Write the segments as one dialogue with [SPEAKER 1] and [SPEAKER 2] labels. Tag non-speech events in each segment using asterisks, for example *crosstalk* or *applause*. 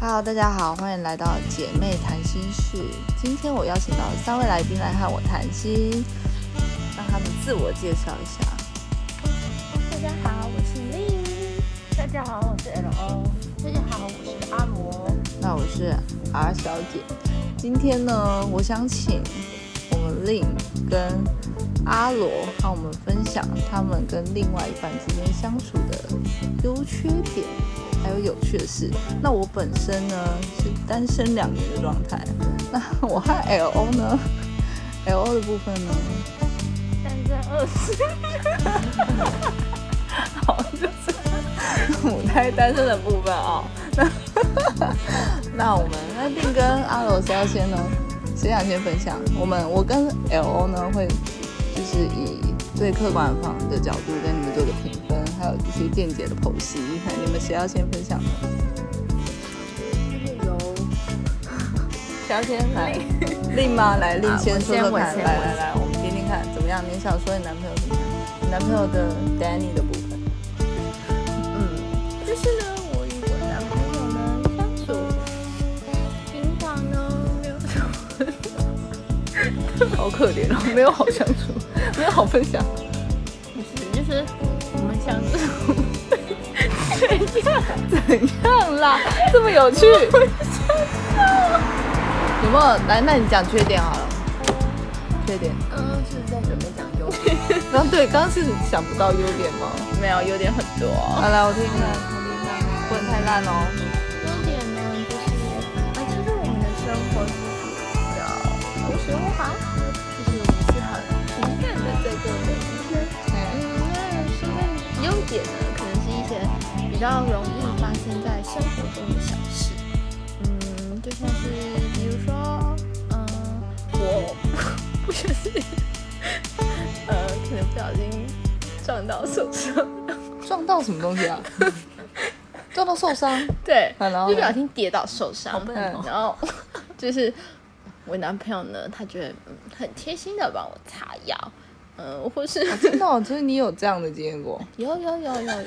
[SPEAKER 1] Hello，大家好，欢迎来到姐妹谈心事。今天我邀请到三位来宾来和我谈心，让他们自我介绍一下。
[SPEAKER 2] 大家好，我是 Lee。大家好，我是 LO。大家好，我是阿罗。
[SPEAKER 1] 那我是 R 小姐，今天呢，我想请我们令跟阿罗和我们分享他们跟另外一半之间相处的优缺点，还有有趣的事。那我本身呢是单身两年的状态，那我和 L O 呢，L O 的部分呢，
[SPEAKER 2] 单身二十，
[SPEAKER 1] 好像 *laughs* 就是母胎单身的部分啊、那那我们那定跟阿罗是要先呢，谁想先分享？我们我跟 L O 呢会就是以最客观方的角度跟你们做个评分，还有一些间接的剖析。看你们谁要先分享呢？
[SPEAKER 2] 就是由
[SPEAKER 1] 小先来，令吗？来，令
[SPEAKER 2] 啊
[SPEAKER 1] 先
[SPEAKER 2] 我
[SPEAKER 1] 说
[SPEAKER 2] 先
[SPEAKER 1] 说
[SPEAKER 2] 我
[SPEAKER 1] 看。
[SPEAKER 2] 先
[SPEAKER 1] 来
[SPEAKER 2] 我
[SPEAKER 1] 来来，我们听听看怎么样？你想说你男朋友怎么样？你男朋友的 Danny 的部分。
[SPEAKER 2] 嗯，就是呢，我与我男朋友呢相处，平常呢没有什么，
[SPEAKER 1] 好可怜哦，没有好相处，没有好分享。
[SPEAKER 2] 不是，就是我们相处，
[SPEAKER 1] *laughs* 怎样啦？这么 *laughs* 有趣？有没有？来，那你讲缺点好了。缺点？
[SPEAKER 2] 嗯，就是在准备讲优
[SPEAKER 1] 刚对，刚刚是想不到优点吗？
[SPEAKER 2] 没有优点很多。
[SPEAKER 1] 好、来，我听听看。不能太烂哦。
[SPEAKER 2] 优点呢，就是啊，就是我们的生活是比较朴实无华，就是我们是很平淡的在过每一天。嗯，那身边优点呢，可能是一些比较容易发生在生活中的小事。嗯，就像是比如说，嗯，我不就是呃，可能不小心撞到手上，
[SPEAKER 1] 撞到什么东西啊？ *laughs* 撞到受伤。
[SPEAKER 2] 对，
[SPEAKER 1] 好然后
[SPEAKER 2] 就不
[SPEAKER 1] 呢
[SPEAKER 2] 小心跌倒受伤，嗯
[SPEAKER 1] 笨哦
[SPEAKER 2] 然后就是我男朋友呢，他觉得嗯很贴心的帮我擦药，嗯，或是
[SPEAKER 1] 真的、哦，就是你有这样的经验 *laughs* 过？
[SPEAKER 2] 有有有有 *laughs* 有，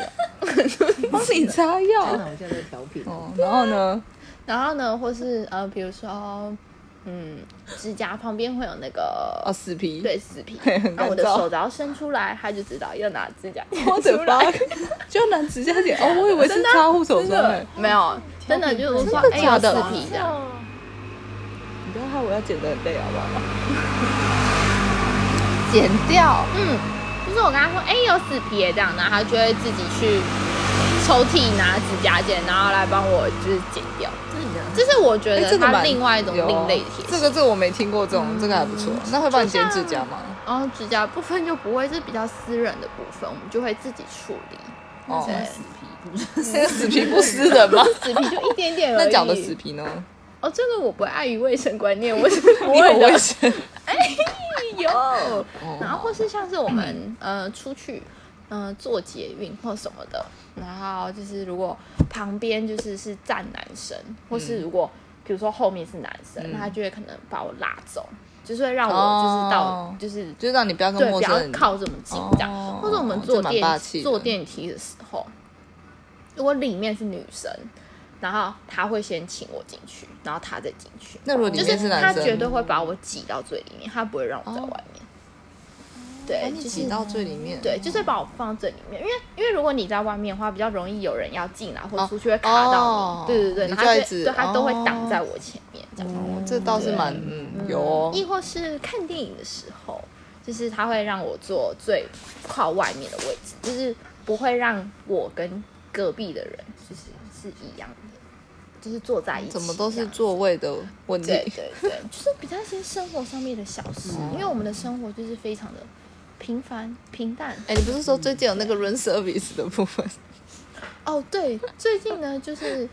[SPEAKER 1] 帮你擦药。
[SPEAKER 3] 我现在在调皮。
[SPEAKER 1] 哦，然后呢？
[SPEAKER 2] 然后呢，或是呃，比如说嗯，指甲旁边会有那
[SPEAKER 1] 哦，
[SPEAKER 2] 个
[SPEAKER 1] 死皮。
[SPEAKER 2] 对死皮
[SPEAKER 1] 嘿很，
[SPEAKER 2] 然后我
[SPEAKER 1] 干
[SPEAKER 2] 的
[SPEAKER 1] 燥
[SPEAKER 2] 手只要伸出来，他就知道要拿指甲剪
[SPEAKER 1] 我
[SPEAKER 2] 出
[SPEAKER 1] 的妈
[SPEAKER 2] 来。！
[SPEAKER 1] *laughs* 就拿指甲剪哦，我以为是擦护手
[SPEAKER 2] 真
[SPEAKER 1] 霜哎
[SPEAKER 2] 的。没有，真的就是说，
[SPEAKER 1] 真的
[SPEAKER 2] 哎，
[SPEAKER 1] 假
[SPEAKER 2] 有
[SPEAKER 1] 的
[SPEAKER 2] 死皮这样，
[SPEAKER 1] 你不要害我要剪得很累好不好？ *laughs* 剪掉。
[SPEAKER 2] 嗯，就是我跟他说，哎、有死皮耶这样，然后他就会自己去抽屉拿指甲剪，然后来帮我就是剪掉。这是我觉
[SPEAKER 1] 哎
[SPEAKER 2] 得他
[SPEAKER 1] 蛮
[SPEAKER 2] 另外一种
[SPEAKER 1] 有
[SPEAKER 2] 另类的贴心。
[SPEAKER 1] 这个这个我没听过，这种这个还不错。那会帮你剪指甲吗？
[SPEAKER 2] 然后指甲部分就不会是比较私人的部分，我们就会自己处理。
[SPEAKER 1] 哦，
[SPEAKER 2] 对，
[SPEAKER 1] 那个 *laughs* 死皮不撕人 *laughs* 吗？
[SPEAKER 2] 死皮就一点点而
[SPEAKER 1] *laughs*
[SPEAKER 2] 已。
[SPEAKER 1] 那脚的死皮呢？
[SPEAKER 2] 哦，这个我不会碍于卫生观念，我
[SPEAKER 1] *laughs*
[SPEAKER 2] 是不
[SPEAKER 1] 你
[SPEAKER 2] 会
[SPEAKER 1] 很危
[SPEAKER 2] 的。
[SPEAKER 1] *laughs* 险。
[SPEAKER 2] 有，
[SPEAKER 1] 哦
[SPEAKER 2] 然后或是像是我们呃出去，嗯、呃、坐捷运或什么的，然后就是如果旁边就是是站男生，或是如果比如说后面是男生，
[SPEAKER 1] 嗯
[SPEAKER 2] 他就会可能把我拉走，就是会让我
[SPEAKER 1] 哦
[SPEAKER 2] 就是到、就是
[SPEAKER 1] 就是让你不要
[SPEAKER 2] 对
[SPEAKER 1] 跟
[SPEAKER 2] 不
[SPEAKER 1] 陌
[SPEAKER 2] 要
[SPEAKER 1] 生人
[SPEAKER 2] 靠这么近这样，
[SPEAKER 1] 哦
[SPEAKER 2] 或者我们
[SPEAKER 1] 这
[SPEAKER 2] 坐
[SPEAKER 1] 蛮
[SPEAKER 2] 电
[SPEAKER 1] 霸气的
[SPEAKER 2] 坐电梯的时候，如果里面是女生。然后他会先请我进去，然后他再进去。
[SPEAKER 1] 那如果里
[SPEAKER 2] 就
[SPEAKER 1] 面是
[SPEAKER 2] 是
[SPEAKER 1] 男
[SPEAKER 2] 他
[SPEAKER 1] 生
[SPEAKER 2] 绝对会把我挤到最里面，他不会让我在外面。对
[SPEAKER 1] 哦把，哎你
[SPEAKER 2] 就是
[SPEAKER 1] 挤到最里面。
[SPEAKER 2] 哎对，就是把我放最里面，因为因为如果你在外面的话，比较容易有人要进来或
[SPEAKER 1] 哦
[SPEAKER 2] 出去会卡到
[SPEAKER 1] 哦
[SPEAKER 2] 你。对对对，
[SPEAKER 1] 你
[SPEAKER 2] 然后
[SPEAKER 1] 就
[SPEAKER 2] 他
[SPEAKER 1] 一
[SPEAKER 2] 就
[SPEAKER 1] 直
[SPEAKER 2] 对他都会
[SPEAKER 1] 哦
[SPEAKER 2] 挡在我前面这样。
[SPEAKER 1] 哦，这倒是蛮嗯有哦。
[SPEAKER 2] 亦或是看电影的时候，就是他会让我坐最靠外面的位置，就是不会让我跟隔壁的人就是是一样的，就是坐在一起这
[SPEAKER 1] 怎
[SPEAKER 2] 样。
[SPEAKER 1] 么都是座位的问题。
[SPEAKER 2] 对对对，就是比较一些生活上面的小事，
[SPEAKER 1] 哦
[SPEAKER 2] 因为我们的生活就是非常的平凡平淡。
[SPEAKER 1] 哎，你不是说最近有那个 room service 的部
[SPEAKER 2] *laughs*
[SPEAKER 1] 分？
[SPEAKER 2] 哦，对，最近呢，就是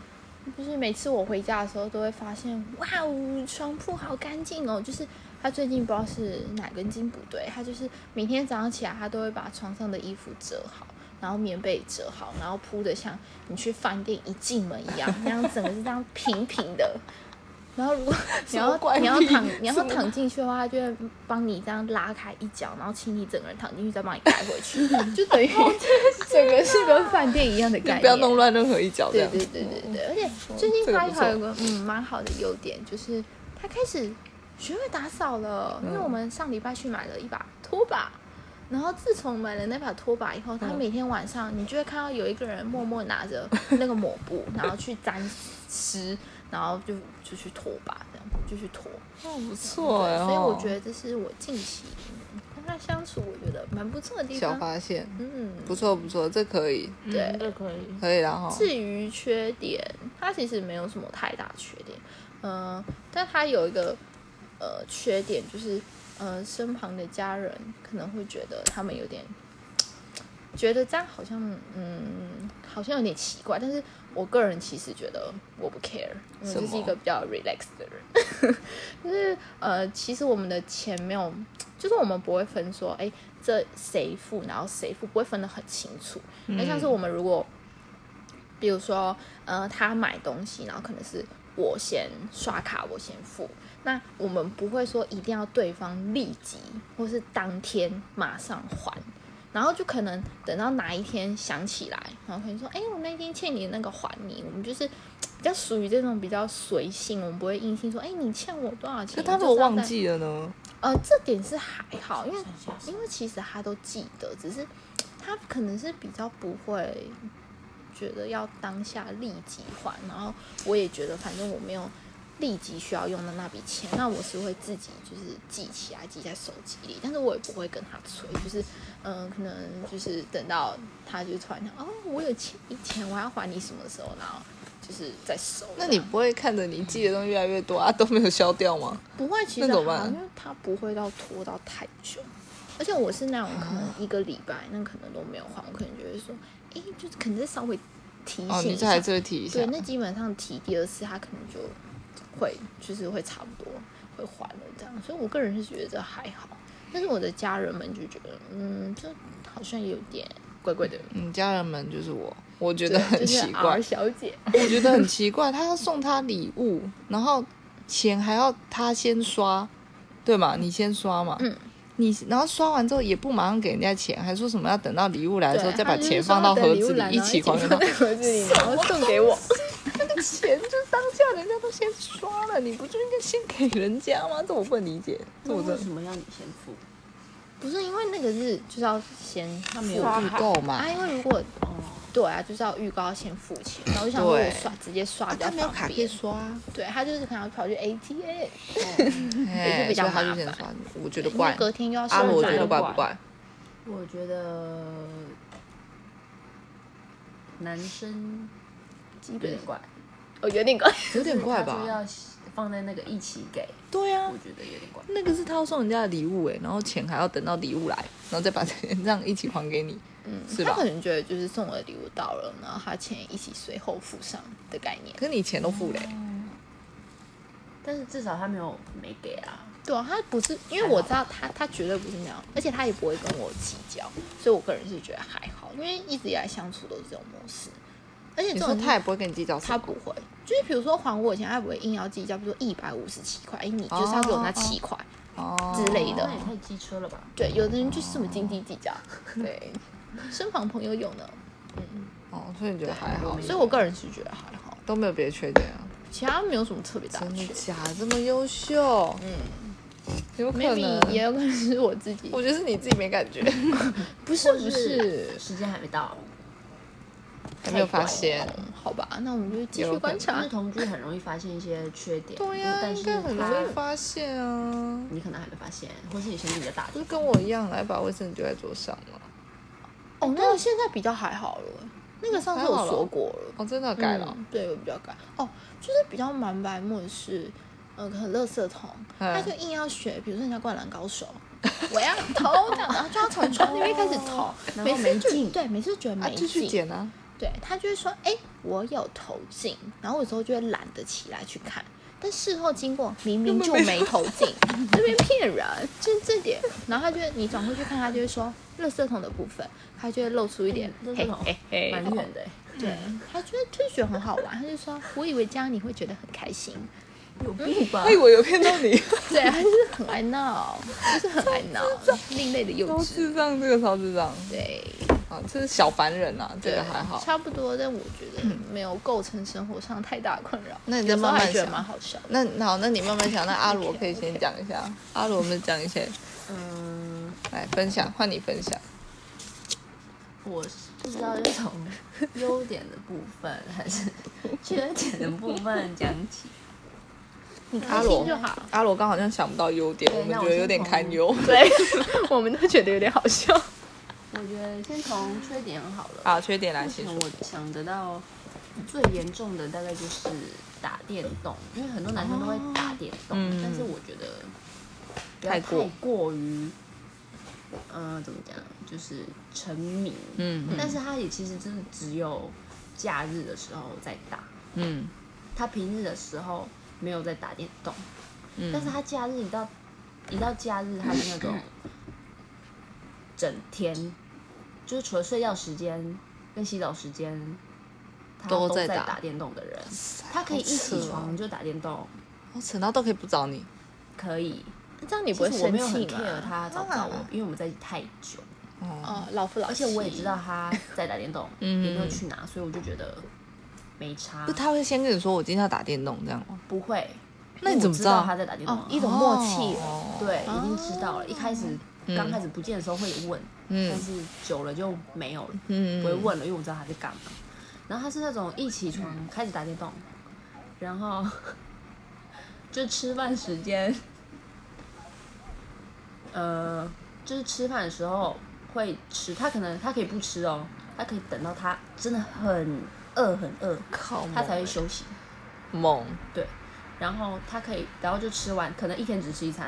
[SPEAKER 2] 就是每次我回家的时候，都会发现，哇哦，床铺好干净哦。就是他最近不知道是哪根筋不对，他就是每天早上起来，他都会把床上的衣服折好。然后棉被折好，然后铺的像你去饭店一进门一样，那样整个是这样平平的，然后
[SPEAKER 1] *laughs*
[SPEAKER 2] 如果你
[SPEAKER 1] 什么怪
[SPEAKER 2] 要
[SPEAKER 1] 癖
[SPEAKER 2] 你要躺你
[SPEAKER 1] 什
[SPEAKER 2] 要
[SPEAKER 1] 么
[SPEAKER 2] 躺进去的话，他就会帮你这样拉开一角，然后请你整个人躺进去，再帮你盖回
[SPEAKER 1] *laughs*
[SPEAKER 2] 去，就等于
[SPEAKER 1] 哦
[SPEAKER 2] 整个是跟饭店一样的概念。
[SPEAKER 1] 不要弄乱任何一角。
[SPEAKER 2] 对
[SPEAKER 1] 这
[SPEAKER 2] 对
[SPEAKER 1] 样
[SPEAKER 2] 对对对，而且最近
[SPEAKER 1] 嗯这个
[SPEAKER 2] 它
[SPEAKER 1] 不
[SPEAKER 2] 还有
[SPEAKER 1] 错
[SPEAKER 2] 个嗯蛮好的优点，就是它开始学会打扫了。因为
[SPEAKER 1] 嗯
[SPEAKER 2] 我们上礼拜去买了一把拖把，然后自从买了那把拖把以后，它
[SPEAKER 1] 嗯
[SPEAKER 2] 每天晚上你就会看到有一个人默默
[SPEAKER 1] *laughs*
[SPEAKER 2] 拿着那个抹布，然后去沾湿，然后就就去拖把，这样就去拖。
[SPEAKER 1] 哦，不错哎、
[SPEAKER 2] 对
[SPEAKER 1] 哦，
[SPEAKER 2] 所以我觉得这是我近期跟他相处，我觉得蛮不错的地
[SPEAKER 1] 小
[SPEAKER 2] 方。
[SPEAKER 1] 发现，
[SPEAKER 2] 嗯，
[SPEAKER 1] 不错不错，这可以
[SPEAKER 2] 对
[SPEAKER 4] 嗯，这可以。
[SPEAKER 1] 可以然后
[SPEAKER 2] 至于缺点，它其实没有什么太大缺点，嗯、但它有一个呃缺点，就是呃身旁的家人可能会觉得他们有点觉得这样好像嗯好像有点奇怪，但是我个人其实觉得我不 care，因为我
[SPEAKER 1] 什
[SPEAKER 2] 就是一
[SPEAKER 1] 么
[SPEAKER 2] 个比较 relax 的人， *laughs* 就是呃其实我们的钱没有，就是我们不会分说哎这谁付然后谁付，不会分得很清楚，那、像是
[SPEAKER 1] 嗯
[SPEAKER 2] 我们如果比如说，呃，他买东西，然后可能是我先刷卡，我先付。那我们不会说一定要对方立即或是当天马上还，然后就可能等到哪一天想起来，然后可能说，哎、我那天欠你的那个还你。我们就是比较属于这种比较随性，我们不会硬性说，哎、你欠我多少
[SPEAKER 1] 可
[SPEAKER 2] 钱？
[SPEAKER 1] 他如
[SPEAKER 2] 就
[SPEAKER 1] 果
[SPEAKER 2] 是要
[SPEAKER 1] 忘
[SPEAKER 2] 在
[SPEAKER 1] 记了呢？
[SPEAKER 2] 呃，这点是还好，因为
[SPEAKER 4] 算下
[SPEAKER 2] 因为其实他都记得，只是他可能是比较不会觉得要当下立即还，然后我也觉得反正我没有立即需要用到那笔钱，那我是会自己就是记起来，记在手机里，但是我也不会跟他催，就是嗯、呃可能就是等到他就突然想哦，我有欠你钱，我要还你什么时候，然后就是再收这样。
[SPEAKER 1] 那你不会看着你记的东西越来越多啊，都没有消掉吗？
[SPEAKER 2] 不会，其
[SPEAKER 1] 那
[SPEAKER 2] 实
[SPEAKER 1] 怎么
[SPEAKER 2] 还好
[SPEAKER 1] 办
[SPEAKER 2] 因为它不会到拖到太久。而且我是那种可能一个礼拜，那可能都没有还，我可能就会说，诶，就是可能再稍微提
[SPEAKER 1] 哦，
[SPEAKER 2] 醒
[SPEAKER 1] 你
[SPEAKER 2] 一
[SPEAKER 1] 这
[SPEAKER 2] 下。
[SPEAKER 1] 还是会提一下
[SPEAKER 2] 对，。那基本上提第二次，他可能就会就是会差不多会还了这样。所以我个人是觉得这还好，但是我的家人们就觉得，嗯，这好像有点怪怪的。
[SPEAKER 1] 嗯，家人们就是我，我觉
[SPEAKER 2] 觉
[SPEAKER 1] 得很奇怪，
[SPEAKER 2] 啊小姐，
[SPEAKER 1] 我觉得很奇怪，他要送他礼物，然后钱还要他先刷，对嘛？你先刷嘛。
[SPEAKER 2] 嗯。
[SPEAKER 1] 你然后刷完之后也不马上给人家钱，还说什么要等到礼物来的时候
[SPEAKER 2] 对
[SPEAKER 1] 再把
[SPEAKER 2] 他就是
[SPEAKER 1] 钱
[SPEAKER 2] 说
[SPEAKER 1] 放到
[SPEAKER 2] 等
[SPEAKER 1] 盒
[SPEAKER 2] 礼物
[SPEAKER 1] 子
[SPEAKER 2] 来
[SPEAKER 1] 里
[SPEAKER 2] 然后
[SPEAKER 1] 起还给 *laughs*
[SPEAKER 2] 放
[SPEAKER 1] 他。
[SPEAKER 2] 在盒子里，然后送给我。
[SPEAKER 1] 钱就当下人家都先刷了，你不就应该先给人家吗？这我不能理解，这
[SPEAKER 4] 那
[SPEAKER 1] 我真
[SPEAKER 4] 为
[SPEAKER 1] 的
[SPEAKER 4] 什么要你先付？
[SPEAKER 2] 不是因为那个是就是要先他没
[SPEAKER 4] 有
[SPEAKER 1] 预购嘛
[SPEAKER 2] 啊，，因为如果
[SPEAKER 4] 哦，
[SPEAKER 2] 对啊，就是要预告要先付钱，然后我就想说
[SPEAKER 1] 对啊
[SPEAKER 2] 我刷直接刷比较
[SPEAKER 1] 他
[SPEAKER 2] 方
[SPEAKER 1] 没有卡可以
[SPEAKER 2] 便，
[SPEAKER 1] 刷啊，
[SPEAKER 2] 对他就是可能要跑去 ATM，
[SPEAKER 1] 哎
[SPEAKER 2] 就比较
[SPEAKER 1] 所以他就
[SPEAKER 2] 麻
[SPEAKER 1] 先
[SPEAKER 2] 烦
[SPEAKER 1] 刷，我觉得
[SPEAKER 2] 因为
[SPEAKER 1] 怪。
[SPEAKER 2] 隔天又要
[SPEAKER 1] 阿
[SPEAKER 2] 上
[SPEAKER 1] 罗觉
[SPEAKER 2] 班
[SPEAKER 1] 得
[SPEAKER 4] 了
[SPEAKER 1] 怪不
[SPEAKER 4] 怪
[SPEAKER 1] 怪？
[SPEAKER 4] 我觉得男生
[SPEAKER 2] 基
[SPEAKER 4] 有
[SPEAKER 2] 本
[SPEAKER 4] 点怪，
[SPEAKER 2] 哦有点
[SPEAKER 1] *laughs*
[SPEAKER 2] 怪，
[SPEAKER 1] 有点怪
[SPEAKER 4] 他说
[SPEAKER 1] 吧？
[SPEAKER 4] 要放在那个一起给，
[SPEAKER 1] 对啊
[SPEAKER 4] 我，觉得有点怪。
[SPEAKER 1] 那个是他要送人家的礼物哎，然后钱还要等到礼物来，然后再把钱这样一起还给你，
[SPEAKER 2] 嗯，
[SPEAKER 1] 是
[SPEAKER 2] 他
[SPEAKER 1] 吧
[SPEAKER 2] 可能觉得就是送我的礼物到了，然后他钱一起随后付上的概念，
[SPEAKER 1] 可你钱都付嘞，
[SPEAKER 2] 哎
[SPEAKER 4] 但是至少他没有没给啊，
[SPEAKER 2] 对啊，他不是因为我知道他他绝对不是那样，而且他也不会跟我计较，所以我个人是觉得还好，因为一直以来相处都是这种模式，而且
[SPEAKER 1] 你
[SPEAKER 2] 这
[SPEAKER 1] 说
[SPEAKER 2] 种
[SPEAKER 1] 他也不会跟你计较什
[SPEAKER 2] 他
[SPEAKER 1] 么，
[SPEAKER 2] 不会，就是比如说还我钱，他也不会硬要计较，比如说一百五十七块，哎，你就是要给我那七块。
[SPEAKER 1] 哦
[SPEAKER 2] 之类的
[SPEAKER 4] 那也太机车了吧？
[SPEAKER 2] 对，有的人就是这么斤斤计
[SPEAKER 1] *laughs*
[SPEAKER 2] 较。对，身旁朋友有呢，
[SPEAKER 1] 哦，所以你觉得还好，
[SPEAKER 2] 所以我个人是觉得还好，
[SPEAKER 1] 都没有别的缺点啊？
[SPEAKER 2] 其他没有什么特别大
[SPEAKER 1] 真
[SPEAKER 2] 的
[SPEAKER 1] 的
[SPEAKER 2] 缺点。
[SPEAKER 1] 假的？这么优秀？嗯，有可
[SPEAKER 2] maybe 也
[SPEAKER 1] 能。
[SPEAKER 2] 有可能是我自己，
[SPEAKER 1] 我觉得是你自己没感
[SPEAKER 2] *laughs*
[SPEAKER 1] 觉，
[SPEAKER 2] 不是不是，
[SPEAKER 4] 时间还没到，
[SPEAKER 1] 还没有发现
[SPEAKER 2] 太。短了好吧？那我们就继续观
[SPEAKER 4] 因
[SPEAKER 2] 察
[SPEAKER 1] 嗯
[SPEAKER 4] 为。同居很容易发现一些缺点，
[SPEAKER 1] 对呀、
[SPEAKER 4] 但
[SPEAKER 1] 应
[SPEAKER 4] 是
[SPEAKER 1] 该很容易
[SPEAKER 4] 他
[SPEAKER 1] 发现啊。
[SPEAKER 4] 你可能还没发现，或是你身体比较大
[SPEAKER 1] 不，是跟我一样，来把卫生纸丢在桌上吗？
[SPEAKER 2] 哦，那个现在比较还好了，那个上次我说过了，
[SPEAKER 1] 哦，真的改了。
[SPEAKER 2] 嗯对，我比较改。哦，就是比较蛮白目的是，呃，可能垃圾桶，
[SPEAKER 1] 嗯
[SPEAKER 2] 他就硬要学，比如说人家灌篮高手， *laughs* 我要投，这样然后就要从窗那边开始投，
[SPEAKER 4] 然
[SPEAKER 2] 每
[SPEAKER 4] 后没
[SPEAKER 2] 次就
[SPEAKER 4] 进
[SPEAKER 2] 对，每次觉得
[SPEAKER 1] 啊，
[SPEAKER 2] 没
[SPEAKER 1] 继续
[SPEAKER 2] 进，
[SPEAKER 1] 剪啊！
[SPEAKER 2] 对他就会说，哎，我有投进，然后有时候就会懒得起来去看。但事后经过，明明就没投进，这边骗人，就是这点。然后他就会你转过去看，他就会说，垃圾桶的部分，他就会露出一点，
[SPEAKER 4] 嗯垃圾
[SPEAKER 2] 嘿
[SPEAKER 4] 桶
[SPEAKER 2] 嘿嘿，
[SPEAKER 4] 蛮远的欸。
[SPEAKER 2] 对，他觉得就觉得很好玩，他就说，我以为这样你会觉得很开心，
[SPEAKER 1] 哎有病吧？
[SPEAKER 5] 他以为有骗到
[SPEAKER 1] *laughs*
[SPEAKER 5] 你，
[SPEAKER 2] 对，还是很爱闹，就是很爱闹，另类的幼
[SPEAKER 5] 高
[SPEAKER 2] 稚，
[SPEAKER 5] 智障，这个超智障
[SPEAKER 2] 对，
[SPEAKER 5] 啊，这是小凡人啊，这
[SPEAKER 2] 对
[SPEAKER 5] 个还好。
[SPEAKER 2] 差不多。但我觉得没有构成生活上太大困扰。
[SPEAKER 1] 那你再
[SPEAKER 2] 有时候
[SPEAKER 1] 慢慢
[SPEAKER 2] 还觉得
[SPEAKER 1] 想
[SPEAKER 2] 蛮好笑的。
[SPEAKER 1] 那那好，那你慢慢想。那阿罗
[SPEAKER 2] OK，OK
[SPEAKER 1] 可以先讲一
[SPEAKER 2] *laughs*
[SPEAKER 1] 下，阿罗我们讲一些，
[SPEAKER 4] 嗯，
[SPEAKER 1] 来分享，换你分享。
[SPEAKER 4] 我是不知道是从优点的部分还是缺点的部分讲起。
[SPEAKER 1] 阿
[SPEAKER 2] 开
[SPEAKER 1] 罗
[SPEAKER 2] 心嗯就好。
[SPEAKER 1] 阿罗刚好像想不到优点，
[SPEAKER 4] 对
[SPEAKER 1] 我们
[SPEAKER 4] 那我
[SPEAKER 1] 觉得有
[SPEAKER 4] 先
[SPEAKER 1] 点
[SPEAKER 4] 从
[SPEAKER 1] 堪忧。
[SPEAKER 2] *laughs* 对，我们都觉得有点好
[SPEAKER 1] *laughs*
[SPEAKER 2] 笑。
[SPEAKER 4] 我觉得先从缺点好了。
[SPEAKER 1] 啊
[SPEAKER 5] 好，缺点来
[SPEAKER 4] 目
[SPEAKER 5] 啊先
[SPEAKER 4] 前
[SPEAKER 5] 说。
[SPEAKER 4] 我想得到最严重的大概就是打电动，因为很多男生都会打电动，
[SPEAKER 5] 嗯
[SPEAKER 4] 但是我觉得不要
[SPEAKER 5] 太
[SPEAKER 4] 太
[SPEAKER 5] 过
[SPEAKER 4] 过于，嗯、怎么讲，就是沉迷。
[SPEAKER 5] 嗯
[SPEAKER 4] 但是他也其实真的只有假日的时候在打，
[SPEAKER 5] 嗯
[SPEAKER 4] 他平日的时候没有在打电动，
[SPEAKER 5] 嗯，
[SPEAKER 4] 但是他假日一到一到假日，他是那种整天，就是除了睡觉时间跟洗澡时间，他
[SPEAKER 1] 都在
[SPEAKER 4] 在
[SPEAKER 1] 打
[SPEAKER 4] 打电动的人，他可以一
[SPEAKER 1] 扯
[SPEAKER 4] 起
[SPEAKER 1] 哦
[SPEAKER 4] 啊床就打电动，
[SPEAKER 1] 我扯到都可以不找你，
[SPEAKER 4] 可以。
[SPEAKER 2] 这样你不
[SPEAKER 4] 其
[SPEAKER 2] 会
[SPEAKER 4] 实我
[SPEAKER 2] 生
[SPEAKER 4] 没有很
[SPEAKER 2] 气
[SPEAKER 4] care
[SPEAKER 2] 吗？
[SPEAKER 4] 他找不到我
[SPEAKER 1] 啊，
[SPEAKER 4] 因为我们在一起太久，
[SPEAKER 2] 哦，老夫老妻。
[SPEAKER 4] 而且我也知道他在
[SPEAKER 1] *laughs*
[SPEAKER 4] 打电动，
[SPEAKER 5] 嗯
[SPEAKER 4] 也没有去哪，所以我就觉得没差
[SPEAKER 1] 不，，他会先跟你说我今天要打电动这样吗？
[SPEAKER 4] 不会。
[SPEAKER 1] 那你
[SPEAKER 4] 因
[SPEAKER 1] 怎
[SPEAKER 4] 为哦我
[SPEAKER 1] 么
[SPEAKER 4] 知
[SPEAKER 1] 知道
[SPEAKER 4] 他在打电动啊？
[SPEAKER 2] 哦一种默契
[SPEAKER 1] 哦，
[SPEAKER 4] 对，已经知道了。一开始刚开始不见的时候会有问，但
[SPEAKER 1] 嗯
[SPEAKER 4] 是久了就没有了，
[SPEAKER 1] 嗯，
[SPEAKER 4] 不会问了，因为我知道他在干嘛。然后他是那种一起床开始打电动，然后 *laughs* 就吃饭时间，呃，就是吃饭的时候会吃，他可能他可以不吃哦，他可以等到他真的很饿很饿，
[SPEAKER 1] 靠猛，
[SPEAKER 4] 他才会休息。
[SPEAKER 1] 猛，
[SPEAKER 4] 对，然后他可以，然后就吃完，可能一天只吃一餐，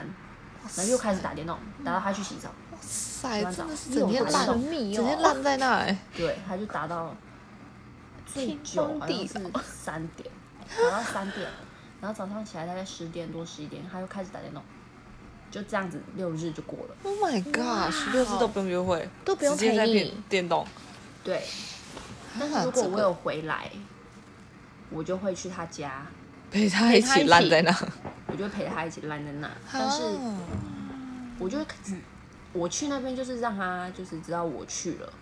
[SPEAKER 4] 然后又开始打电动，打到他去
[SPEAKER 1] 嗯
[SPEAKER 4] 洗澡，
[SPEAKER 1] 塞，真的是
[SPEAKER 4] 又
[SPEAKER 1] 整天
[SPEAKER 4] 打
[SPEAKER 1] 烂，
[SPEAKER 4] 手
[SPEAKER 1] 整
[SPEAKER 2] 密
[SPEAKER 1] 天烂在那哎。
[SPEAKER 4] 对，他就打到最
[SPEAKER 2] 天
[SPEAKER 4] 久
[SPEAKER 2] 荒
[SPEAKER 4] 好像
[SPEAKER 2] 地
[SPEAKER 4] 是三点，打到三点，然后早上起来大概十点多十一点，他又开始打电动，就这样子六日就过了。
[SPEAKER 1] Oh my god，十六次都不用约会，
[SPEAKER 2] 都不用
[SPEAKER 1] 直接在
[SPEAKER 2] 陪
[SPEAKER 1] 电
[SPEAKER 2] 你
[SPEAKER 1] 电动。
[SPEAKER 4] 对，但
[SPEAKER 1] 啊
[SPEAKER 4] 是如果
[SPEAKER 1] 这
[SPEAKER 4] 我
[SPEAKER 1] 个
[SPEAKER 4] 有回来，我就会去他家，
[SPEAKER 1] 陪他一
[SPEAKER 4] 陪他
[SPEAKER 1] 起
[SPEAKER 4] 一
[SPEAKER 1] 烂
[SPEAKER 4] 起
[SPEAKER 1] 在那。
[SPEAKER 4] 我就陪他一起烂在那，但是
[SPEAKER 1] 啊
[SPEAKER 4] 我就会我去那边就是让他就是知道我去了，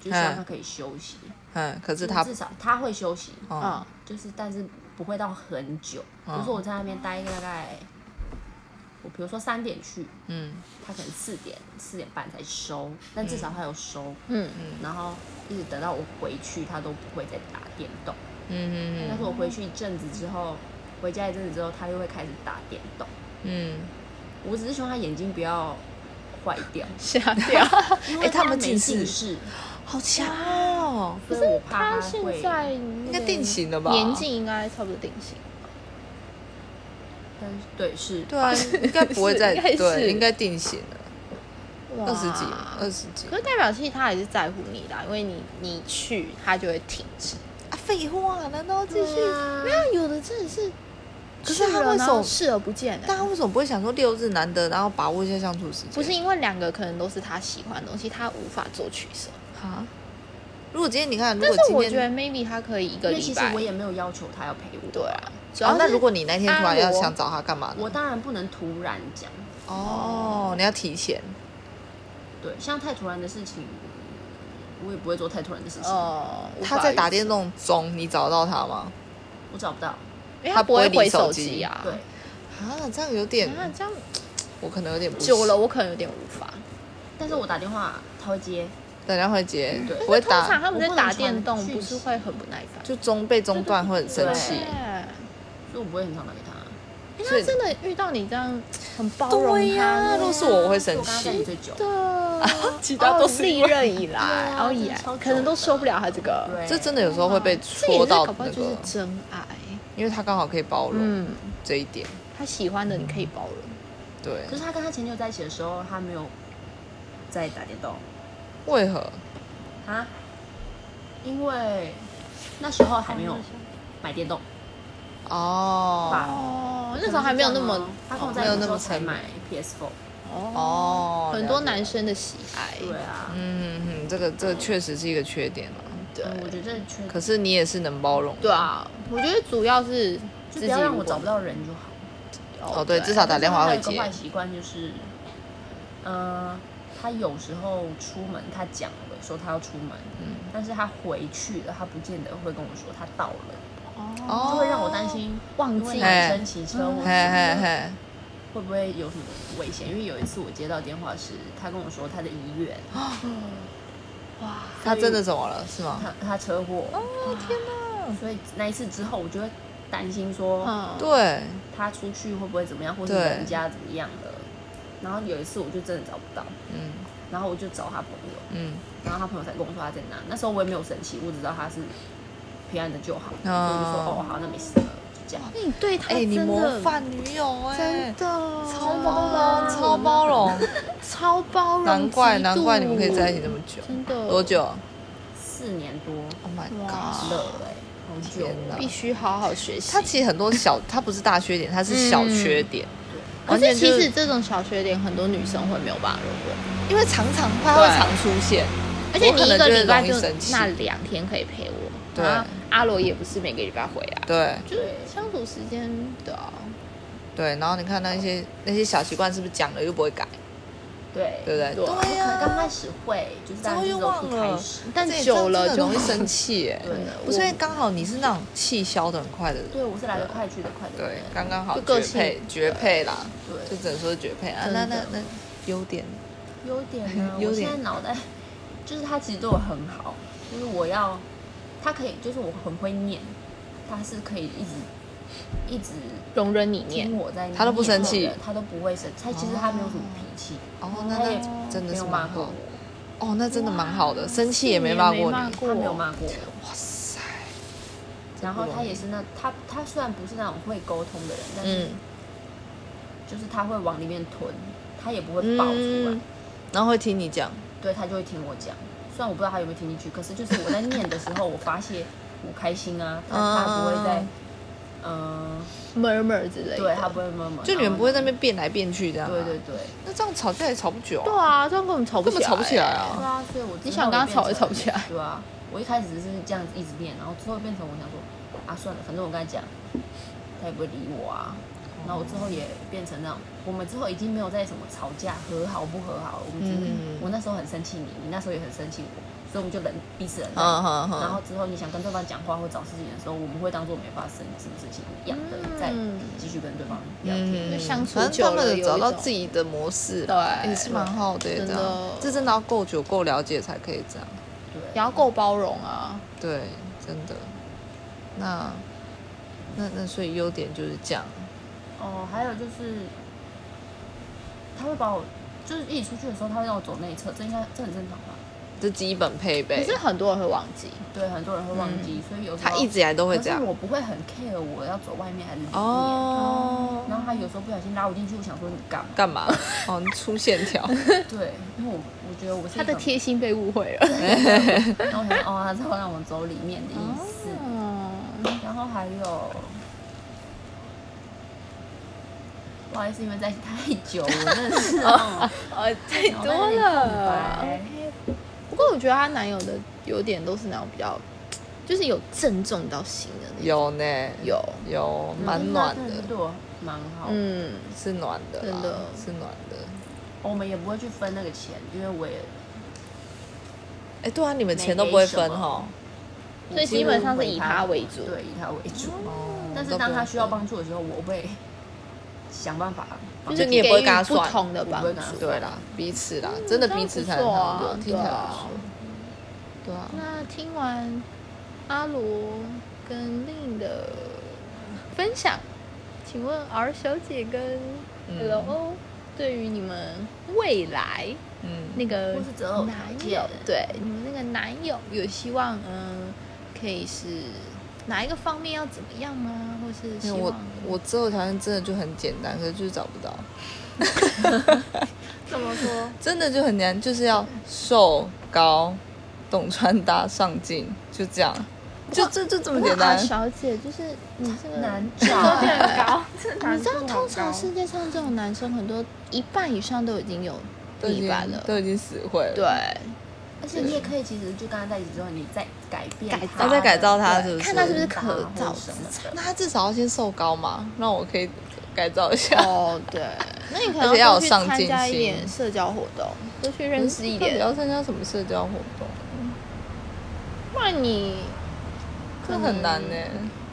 [SPEAKER 4] 就希望
[SPEAKER 1] 嗯
[SPEAKER 4] 他可以休息。
[SPEAKER 1] 嗯，可是
[SPEAKER 4] 就是
[SPEAKER 1] 他
[SPEAKER 4] 至少他会休息，
[SPEAKER 1] 哦，
[SPEAKER 2] 啊，
[SPEAKER 4] 就是但是不会到很久。比
[SPEAKER 1] 嗯
[SPEAKER 4] 如说我在那边待一个大概，我比如说三点去，
[SPEAKER 1] 嗯
[SPEAKER 4] 他可能四点四点半才收，但至少他有收，
[SPEAKER 2] 嗯，
[SPEAKER 4] 然后一直等到我回去，他都不会再打电动。
[SPEAKER 1] 嗯
[SPEAKER 4] 但是我回去一阵子之后，回家一阵子之后，他又会开始打电动。
[SPEAKER 1] 嗯，
[SPEAKER 4] 我只是希望他眼睛不要坏掉，
[SPEAKER 2] 吓掉。
[SPEAKER 4] 因
[SPEAKER 1] 哎
[SPEAKER 4] 为
[SPEAKER 1] 他们
[SPEAKER 4] 没
[SPEAKER 1] 近视
[SPEAKER 4] 近视，
[SPEAKER 1] 好强哦，
[SPEAKER 4] *laughs* 所以我怕
[SPEAKER 2] 他
[SPEAKER 4] 他
[SPEAKER 2] 现
[SPEAKER 4] 会。
[SPEAKER 2] 在
[SPEAKER 1] 应
[SPEAKER 2] 应
[SPEAKER 1] 该定型了吧？
[SPEAKER 2] 年纪应该差不多定型。
[SPEAKER 4] 但是对是，
[SPEAKER 1] 对啊，应该不会再
[SPEAKER 2] 应该是
[SPEAKER 1] 对，应该定型了，
[SPEAKER 2] 哇
[SPEAKER 1] 二十几，二十几
[SPEAKER 2] 可是代表其实他还是在乎你啦，因为你你去他就会停止。
[SPEAKER 1] 啊，废话，难道要继续？
[SPEAKER 2] 没有有的真的是，
[SPEAKER 1] 可是他
[SPEAKER 2] 去了
[SPEAKER 1] 为什
[SPEAKER 2] 然后
[SPEAKER 1] 么
[SPEAKER 2] 视而不见欸？
[SPEAKER 1] 大家为什么不会想说六日难得，然后把握一下相处时间？
[SPEAKER 2] 不是因为两个可能都是他喜欢的东西，他无法做取舍。
[SPEAKER 1] 啊？如果今天你看，如
[SPEAKER 2] 但
[SPEAKER 1] 果
[SPEAKER 2] 是我
[SPEAKER 1] 今
[SPEAKER 2] 觉得
[SPEAKER 1] 天
[SPEAKER 2] maybe 他可以一个
[SPEAKER 4] 因
[SPEAKER 2] 礼
[SPEAKER 4] 为其实
[SPEAKER 2] 拜
[SPEAKER 4] 我。也没有要求他要陪我。
[SPEAKER 2] 对啊，主
[SPEAKER 1] 哦
[SPEAKER 2] 要，
[SPEAKER 1] 那
[SPEAKER 2] 是
[SPEAKER 1] 如果你那天突然要
[SPEAKER 2] 阿罗
[SPEAKER 1] 想找他干嘛呢？
[SPEAKER 4] 我当然不能突然讲，
[SPEAKER 1] 哦，你要提前，
[SPEAKER 4] 对，像太突然的事情，我也不会做太突然的事情，
[SPEAKER 2] 呃，无
[SPEAKER 1] 他
[SPEAKER 2] 法
[SPEAKER 1] 在
[SPEAKER 2] 预
[SPEAKER 1] 打电动中，你找到他吗？
[SPEAKER 4] 我找不到。
[SPEAKER 2] 因为
[SPEAKER 1] 他
[SPEAKER 2] 他
[SPEAKER 1] 不
[SPEAKER 2] 不
[SPEAKER 1] 会
[SPEAKER 2] 会
[SPEAKER 1] 理
[SPEAKER 2] 回
[SPEAKER 1] 手
[SPEAKER 2] 手
[SPEAKER 1] 机
[SPEAKER 2] 机啊。
[SPEAKER 4] 对，
[SPEAKER 1] 啊，这样有点，
[SPEAKER 2] 啊，这样
[SPEAKER 1] 我可能有点不
[SPEAKER 2] 久
[SPEAKER 1] 行
[SPEAKER 2] 了，我可能有点无法。
[SPEAKER 4] 但是我打电话他会接，
[SPEAKER 1] 等下会接，
[SPEAKER 4] 对
[SPEAKER 1] 不会
[SPEAKER 2] 通常
[SPEAKER 1] 打，
[SPEAKER 2] 他们在
[SPEAKER 4] 我不能
[SPEAKER 2] 打
[SPEAKER 4] 传
[SPEAKER 2] 电动，
[SPEAKER 4] 讯
[SPEAKER 2] 不是
[SPEAKER 4] 息
[SPEAKER 2] 会很不耐烦？
[SPEAKER 1] 就中被中断会很生
[SPEAKER 4] 对
[SPEAKER 1] 气。
[SPEAKER 4] 所以我不会很常打给他。
[SPEAKER 2] 因
[SPEAKER 1] 所以
[SPEAKER 2] 为他真的遇到你这样很包
[SPEAKER 1] 对
[SPEAKER 2] 容
[SPEAKER 1] 呀、
[SPEAKER 2] 他，啊
[SPEAKER 1] 如果是我，我会
[SPEAKER 4] 所以
[SPEAKER 1] 生
[SPEAKER 4] 我跟他在一
[SPEAKER 1] 气
[SPEAKER 4] 起。最久，
[SPEAKER 2] 的，
[SPEAKER 1] 其他都是
[SPEAKER 2] 哦历
[SPEAKER 1] 因为
[SPEAKER 2] 任以来，
[SPEAKER 4] 啊
[SPEAKER 2] 然后
[SPEAKER 4] 真的
[SPEAKER 2] 以来
[SPEAKER 4] 超久
[SPEAKER 2] 可能都受不了他这个，
[SPEAKER 4] 对，
[SPEAKER 1] 这真的有时候会被
[SPEAKER 2] 这啊也
[SPEAKER 1] 戳
[SPEAKER 2] 是
[SPEAKER 1] 到
[SPEAKER 2] 搞不
[SPEAKER 1] 那
[SPEAKER 2] 好就是
[SPEAKER 1] 个，
[SPEAKER 2] 真爱。
[SPEAKER 1] 因为他刚好可以包容
[SPEAKER 2] 嗯，
[SPEAKER 1] 这一点。
[SPEAKER 2] 他喜欢的你可以包容，
[SPEAKER 1] 对，
[SPEAKER 4] 可是他跟他前女友在一起的时候，他没有在打电动
[SPEAKER 1] 为何？
[SPEAKER 4] 啊，因为那时候还没有买电动
[SPEAKER 1] 哦
[SPEAKER 4] 吧，
[SPEAKER 2] 哦，那时候还没有那
[SPEAKER 4] 可能
[SPEAKER 2] 么
[SPEAKER 4] 是这样哦他跟我
[SPEAKER 1] 哦没
[SPEAKER 4] 在
[SPEAKER 1] 有
[SPEAKER 4] 一
[SPEAKER 1] 那
[SPEAKER 4] 起的时
[SPEAKER 1] 么
[SPEAKER 4] 候才
[SPEAKER 1] 沉迷
[SPEAKER 4] 买 PS4，
[SPEAKER 2] 哦，
[SPEAKER 1] 哦，
[SPEAKER 2] 很多
[SPEAKER 1] 了解
[SPEAKER 2] 男，生的喜爱，
[SPEAKER 4] 对啊，
[SPEAKER 1] 嗯嗯，这个这个确实是一个缺点啊。
[SPEAKER 2] 对
[SPEAKER 4] 嗯我觉得这缺
[SPEAKER 1] 可是你也是能包容，
[SPEAKER 2] 对啊，我觉得主要是自
[SPEAKER 4] 就不
[SPEAKER 2] 己
[SPEAKER 4] 要让
[SPEAKER 2] 如果
[SPEAKER 4] 我找不到人就好。
[SPEAKER 6] 哦对至少
[SPEAKER 4] 但
[SPEAKER 6] 打
[SPEAKER 4] 是
[SPEAKER 6] 电话
[SPEAKER 4] 他
[SPEAKER 6] 会
[SPEAKER 4] 有一个
[SPEAKER 6] 接
[SPEAKER 4] 坏习惯就是，呃，他有时候出门，他讲了说他要出门，但是他回去了，他不见得会跟我说他到了，
[SPEAKER 1] 哦
[SPEAKER 4] 就会让我担心
[SPEAKER 2] 忘
[SPEAKER 4] 因为
[SPEAKER 2] 记
[SPEAKER 4] 男生骑车或
[SPEAKER 1] 嗯嘿嘿
[SPEAKER 4] 者什么的
[SPEAKER 1] 嘿，
[SPEAKER 4] 会不会有什么危险？因为有一次我接到电话是，他跟我说他的医院，
[SPEAKER 1] 他真的怎么了？是吗？
[SPEAKER 4] 他他车祸，
[SPEAKER 1] 哦天哪！
[SPEAKER 4] 所以那一次之后，我就会担心说
[SPEAKER 2] 嗯，
[SPEAKER 1] 对，
[SPEAKER 4] 他出去会不会怎么样，或者
[SPEAKER 1] 对
[SPEAKER 4] 人家怎么样了。然后有一次我就真的找不到，
[SPEAKER 1] 嗯
[SPEAKER 4] 然后我就找他朋友，
[SPEAKER 1] 嗯
[SPEAKER 4] 然后他朋友才跟我说他在哪。那时候我也没有生气，我只知道他是平安的就好，
[SPEAKER 1] 哦
[SPEAKER 4] 我就说哦好，那没事了，就这样。
[SPEAKER 2] 那你对他
[SPEAKER 1] 哎、你
[SPEAKER 2] 啊真
[SPEAKER 1] 模
[SPEAKER 2] 的
[SPEAKER 1] 范女友哎、
[SPEAKER 2] 真的
[SPEAKER 1] 超包容，超包容，
[SPEAKER 2] 超包容，
[SPEAKER 1] 难怪难怪你们可以在一起这么久，
[SPEAKER 2] 真的
[SPEAKER 1] 多久
[SPEAKER 4] 四年多
[SPEAKER 1] ？Oh my
[SPEAKER 2] 哇
[SPEAKER 1] god！
[SPEAKER 4] 了哎、好久
[SPEAKER 1] 天哪
[SPEAKER 4] 了
[SPEAKER 2] 必。须好好学习。
[SPEAKER 1] 他其实很多小，他不是大缺点，他是小缺点，
[SPEAKER 2] 可
[SPEAKER 1] 完全
[SPEAKER 2] 是
[SPEAKER 1] 就
[SPEAKER 2] 其
[SPEAKER 1] 是
[SPEAKER 2] 实这种小缺点，很多女生会没有办法容忍，
[SPEAKER 1] 因为常常他会
[SPEAKER 2] 对
[SPEAKER 1] 常出现，
[SPEAKER 2] 而且你一个礼拜
[SPEAKER 1] 我可能就容易
[SPEAKER 2] 就是
[SPEAKER 1] 生气
[SPEAKER 2] 那两天可以陪我，
[SPEAKER 1] 对
[SPEAKER 2] 然后阿罗也不是每个礼拜回来，
[SPEAKER 1] 对
[SPEAKER 2] 就是相处时间的啊，
[SPEAKER 1] 对，然后你看那些那些小习惯是不是讲了又不会改，
[SPEAKER 4] 对
[SPEAKER 1] 对不对？
[SPEAKER 2] 对啊
[SPEAKER 4] 可能刚开始会，就是大
[SPEAKER 1] 之
[SPEAKER 4] 家
[SPEAKER 1] 后
[SPEAKER 4] 是
[SPEAKER 1] 又
[SPEAKER 4] 都
[SPEAKER 1] 忘
[SPEAKER 4] 不
[SPEAKER 1] 了
[SPEAKER 4] 开始。
[SPEAKER 2] 但
[SPEAKER 1] 这
[SPEAKER 2] 久
[SPEAKER 1] 这
[SPEAKER 2] 了
[SPEAKER 1] 真
[SPEAKER 2] 就
[SPEAKER 1] 的很容易生气哎、
[SPEAKER 4] 对
[SPEAKER 1] 不是因为刚好你是那种气消的很快的人，
[SPEAKER 4] 对，我是来得快去得快的
[SPEAKER 1] 对
[SPEAKER 4] 人，。
[SPEAKER 1] 刚刚好
[SPEAKER 2] 就个
[SPEAKER 1] 绝
[SPEAKER 2] 性
[SPEAKER 1] 配绝配啦，
[SPEAKER 4] 对
[SPEAKER 1] 就只能说是绝配啊。
[SPEAKER 2] 真
[SPEAKER 1] 那
[SPEAKER 2] 的
[SPEAKER 1] 那那优点，？
[SPEAKER 4] 优点呢
[SPEAKER 1] *laughs* 优
[SPEAKER 4] 我
[SPEAKER 1] 点
[SPEAKER 4] 现在脑袋就是他其实对我很好，就是我要他可以，就是我很会念，他是可以一直一直
[SPEAKER 2] 容忍你念
[SPEAKER 4] 听，我在念，
[SPEAKER 1] 他都不生气
[SPEAKER 4] 他都不会生，他其实他没有什么脾气，
[SPEAKER 1] 哦，那
[SPEAKER 4] 他也
[SPEAKER 1] 那真的
[SPEAKER 4] 没
[SPEAKER 1] 是
[SPEAKER 4] 有骂
[SPEAKER 1] 蛮
[SPEAKER 4] 过
[SPEAKER 1] 好
[SPEAKER 4] 我，，
[SPEAKER 1] 哦，那真的蛮好的，生气也
[SPEAKER 2] 四
[SPEAKER 1] 没
[SPEAKER 2] 年
[SPEAKER 1] 骂
[SPEAKER 2] 没
[SPEAKER 1] 过
[SPEAKER 2] 骂
[SPEAKER 1] 你，
[SPEAKER 2] 过
[SPEAKER 4] 他没有骂过我。
[SPEAKER 1] 哇塞，
[SPEAKER 4] 然后
[SPEAKER 1] 不容
[SPEAKER 4] 他
[SPEAKER 1] 易
[SPEAKER 4] 也是那他他虽然不是那种会沟通的人，但是
[SPEAKER 1] 嗯，
[SPEAKER 4] 就是他会往里面吞，他也不会爆出来
[SPEAKER 1] 嗯，然后会听你讲，
[SPEAKER 4] 对他就会听我讲。虽然我不知道他有没有听进去，可是就是我在念的时候，我发泄我开心啊，他他不会在，嗯、
[SPEAKER 2] murmur 之类的，
[SPEAKER 4] 对他不会闷闷，
[SPEAKER 1] 就你们不会在那
[SPEAKER 4] 然
[SPEAKER 1] 边
[SPEAKER 4] 后
[SPEAKER 1] 变来变去这样、
[SPEAKER 4] 哦对对，对，
[SPEAKER 1] 那这样吵架也吵不久、
[SPEAKER 2] 对，啊，这样根本吵不
[SPEAKER 1] 根
[SPEAKER 2] 起
[SPEAKER 1] 本
[SPEAKER 2] 来，
[SPEAKER 1] 吵不起来
[SPEAKER 4] 对
[SPEAKER 1] 啊。
[SPEAKER 4] 啊，所以我之后
[SPEAKER 2] 哦你想跟他吵也吵不起来
[SPEAKER 4] 变成对啊，我一开始是这样子一直念，然后之后变成我想说啊算了，反正我跟他讲，他也不会理我啊。
[SPEAKER 2] 哦
[SPEAKER 4] 然后我之后也变成那种，我们之后已经没有在什么吵架和好不和好，我们只是、
[SPEAKER 1] 嗯
[SPEAKER 4] 我那时候很生气你，你那时候也很生气我，所以我们就忍彼此忍耐。
[SPEAKER 2] 哦
[SPEAKER 1] 嗯哼
[SPEAKER 4] 然
[SPEAKER 1] 哼，
[SPEAKER 4] 后之后你想跟对方讲话或找事情的时候，我们会当做没发生什么事情一样的，再
[SPEAKER 2] 嗯
[SPEAKER 4] 继续跟对方聊天。
[SPEAKER 1] 嗯，
[SPEAKER 2] 就相处
[SPEAKER 1] 反
[SPEAKER 2] 久
[SPEAKER 1] 正他
[SPEAKER 2] 了
[SPEAKER 1] 们
[SPEAKER 2] 有一
[SPEAKER 1] 找到
[SPEAKER 2] 种
[SPEAKER 1] 自己的模式啦，
[SPEAKER 2] 对
[SPEAKER 1] 也是蛮好的耶，
[SPEAKER 2] 真
[SPEAKER 1] 这
[SPEAKER 2] 的
[SPEAKER 1] 样，这真的要够久、够了解才可以这样。
[SPEAKER 2] 也
[SPEAKER 4] 对，
[SPEAKER 2] 要够包容啊，
[SPEAKER 1] 对，真的。那那那所以优点就是这样，
[SPEAKER 4] 哦，还有就是他会把我，就是一起出去的时候，他会让我走内侧，这应该这很正常吧？
[SPEAKER 1] 这基本配
[SPEAKER 2] 可
[SPEAKER 1] 备
[SPEAKER 2] 是。很多人会忘记，
[SPEAKER 4] 对，很多人会忘记，所以有时候
[SPEAKER 1] 嗯他一直以来都会
[SPEAKER 4] 可
[SPEAKER 1] 这
[SPEAKER 4] 是
[SPEAKER 1] 样。
[SPEAKER 4] 我不会很 care 我要走外面还是里面。啊
[SPEAKER 1] 哦，
[SPEAKER 4] 然后他有时候不小心拉我进去，我想说你干嘛？
[SPEAKER 1] 干嘛？哦，你出线条。
[SPEAKER 4] 对，因为我我觉得我是一
[SPEAKER 2] 他
[SPEAKER 4] 个
[SPEAKER 2] 的，贴心被误会了。
[SPEAKER 4] 然后我想说哦，他是要让我走里面的意思。
[SPEAKER 1] 哦
[SPEAKER 2] 嗯，
[SPEAKER 4] 然后还有，不好意思，因为在一起太久，我真的是哦，
[SPEAKER 2] 呃，太
[SPEAKER 4] 脑袋有
[SPEAKER 2] 多
[SPEAKER 4] 点
[SPEAKER 2] 了
[SPEAKER 4] 空白。
[SPEAKER 2] 不过我觉得她男友的优点都是那种比较，就是有正中到心的那种。
[SPEAKER 1] 有呢，
[SPEAKER 2] 有，
[SPEAKER 1] 有，蛮
[SPEAKER 4] 嗯
[SPEAKER 1] 暖的，
[SPEAKER 4] 对我蛮好。
[SPEAKER 2] 嗯，
[SPEAKER 1] 是暖的啦，
[SPEAKER 2] 真的
[SPEAKER 1] 是暖的。
[SPEAKER 4] 我们也不会去分那个钱，因为我也
[SPEAKER 1] 哎，对啊，你们
[SPEAKER 4] 没
[SPEAKER 1] 钱都不会
[SPEAKER 4] 没什
[SPEAKER 1] 分
[SPEAKER 4] 么
[SPEAKER 1] 哈。
[SPEAKER 2] 所以基本上是以他为主。
[SPEAKER 4] 对以他为主，
[SPEAKER 2] 嗯
[SPEAKER 1] 哦
[SPEAKER 4] *laughs* 但是当他需要，帮助的时候，我会想办法帮
[SPEAKER 2] 就
[SPEAKER 1] 就
[SPEAKER 2] 是
[SPEAKER 4] 助。
[SPEAKER 1] 你也不会
[SPEAKER 2] 给予
[SPEAKER 1] 跟他
[SPEAKER 2] 不
[SPEAKER 1] 算
[SPEAKER 2] 同的帮
[SPEAKER 4] 我不会跟他
[SPEAKER 2] 助
[SPEAKER 1] 都。不会对啦，彼此啦，真的
[SPEAKER 2] 这样
[SPEAKER 1] 彼此
[SPEAKER 2] 不
[SPEAKER 1] 才
[SPEAKER 2] 错
[SPEAKER 1] 能
[SPEAKER 2] 啊
[SPEAKER 1] 好，听
[SPEAKER 2] 对
[SPEAKER 1] 起来
[SPEAKER 2] 啊
[SPEAKER 1] 不错。对啊，
[SPEAKER 2] 那听完阿罗跟令的分享，请问 R 小姐跟
[SPEAKER 1] 嗯
[SPEAKER 2] L O 对于你们未来
[SPEAKER 1] 嗯，
[SPEAKER 2] 那个
[SPEAKER 4] 或是择偶条
[SPEAKER 2] 男
[SPEAKER 4] 件
[SPEAKER 2] 友，对你们那个男友有希望，嗯，可以是哪一个方面要怎么样吗？或是希
[SPEAKER 1] 因为
[SPEAKER 2] 望
[SPEAKER 1] 嗯我我择偶条件真的就很简单，可是就是找不到。
[SPEAKER 2] 怎么说？
[SPEAKER 1] 真的就很难，就是要瘦高，懂穿搭，上进，就这样，就这就这么
[SPEAKER 2] 不过
[SPEAKER 1] 简
[SPEAKER 2] R
[SPEAKER 1] 单。
[SPEAKER 2] 小姐就是你这个
[SPEAKER 4] 难
[SPEAKER 2] 有
[SPEAKER 4] 找，
[SPEAKER 2] 点
[SPEAKER 4] *laughs*
[SPEAKER 2] 高，
[SPEAKER 7] 你
[SPEAKER 2] 你知道，通常世界上这种男生很多，一半以上都已经有
[SPEAKER 1] 都已
[SPEAKER 2] 另一半
[SPEAKER 1] 经
[SPEAKER 2] 了。
[SPEAKER 1] 都已经死会了。
[SPEAKER 2] 对，啊
[SPEAKER 4] 而且你也可以，其实就跟他在一起之后，你再改变
[SPEAKER 2] 改
[SPEAKER 4] 他
[SPEAKER 1] 要再改造他是
[SPEAKER 4] 对
[SPEAKER 1] 不是？
[SPEAKER 2] 看他是不是可造
[SPEAKER 4] *laughs* 什
[SPEAKER 2] 之
[SPEAKER 4] 么
[SPEAKER 2] 材。
[SPEAKER 4] 的。
[SPEAKER 1] 那他至少要先瘦高嘛，让我可以改造一下。
[SPEAKER 2] 哦，对，那你可
[SPEAKER 1] 而
[SPEAKER 2] 能
[SPEAKER 1] 且要有
[SPEAKER 2] 多去
[SPEAKER 1] 上
[SPEAKER 2] 参
[SPEAKER 1] 进
[SPEAKER 2] 加一
[SPEAKER 1] 心嗯
[SPEAKER 2] 点社交活动，多去认识一点
[SPEAKER 1] 到底要参加什么社交活动？
[SPEAKER 2] 不然你
[SPEAKER 1] 这很难呢、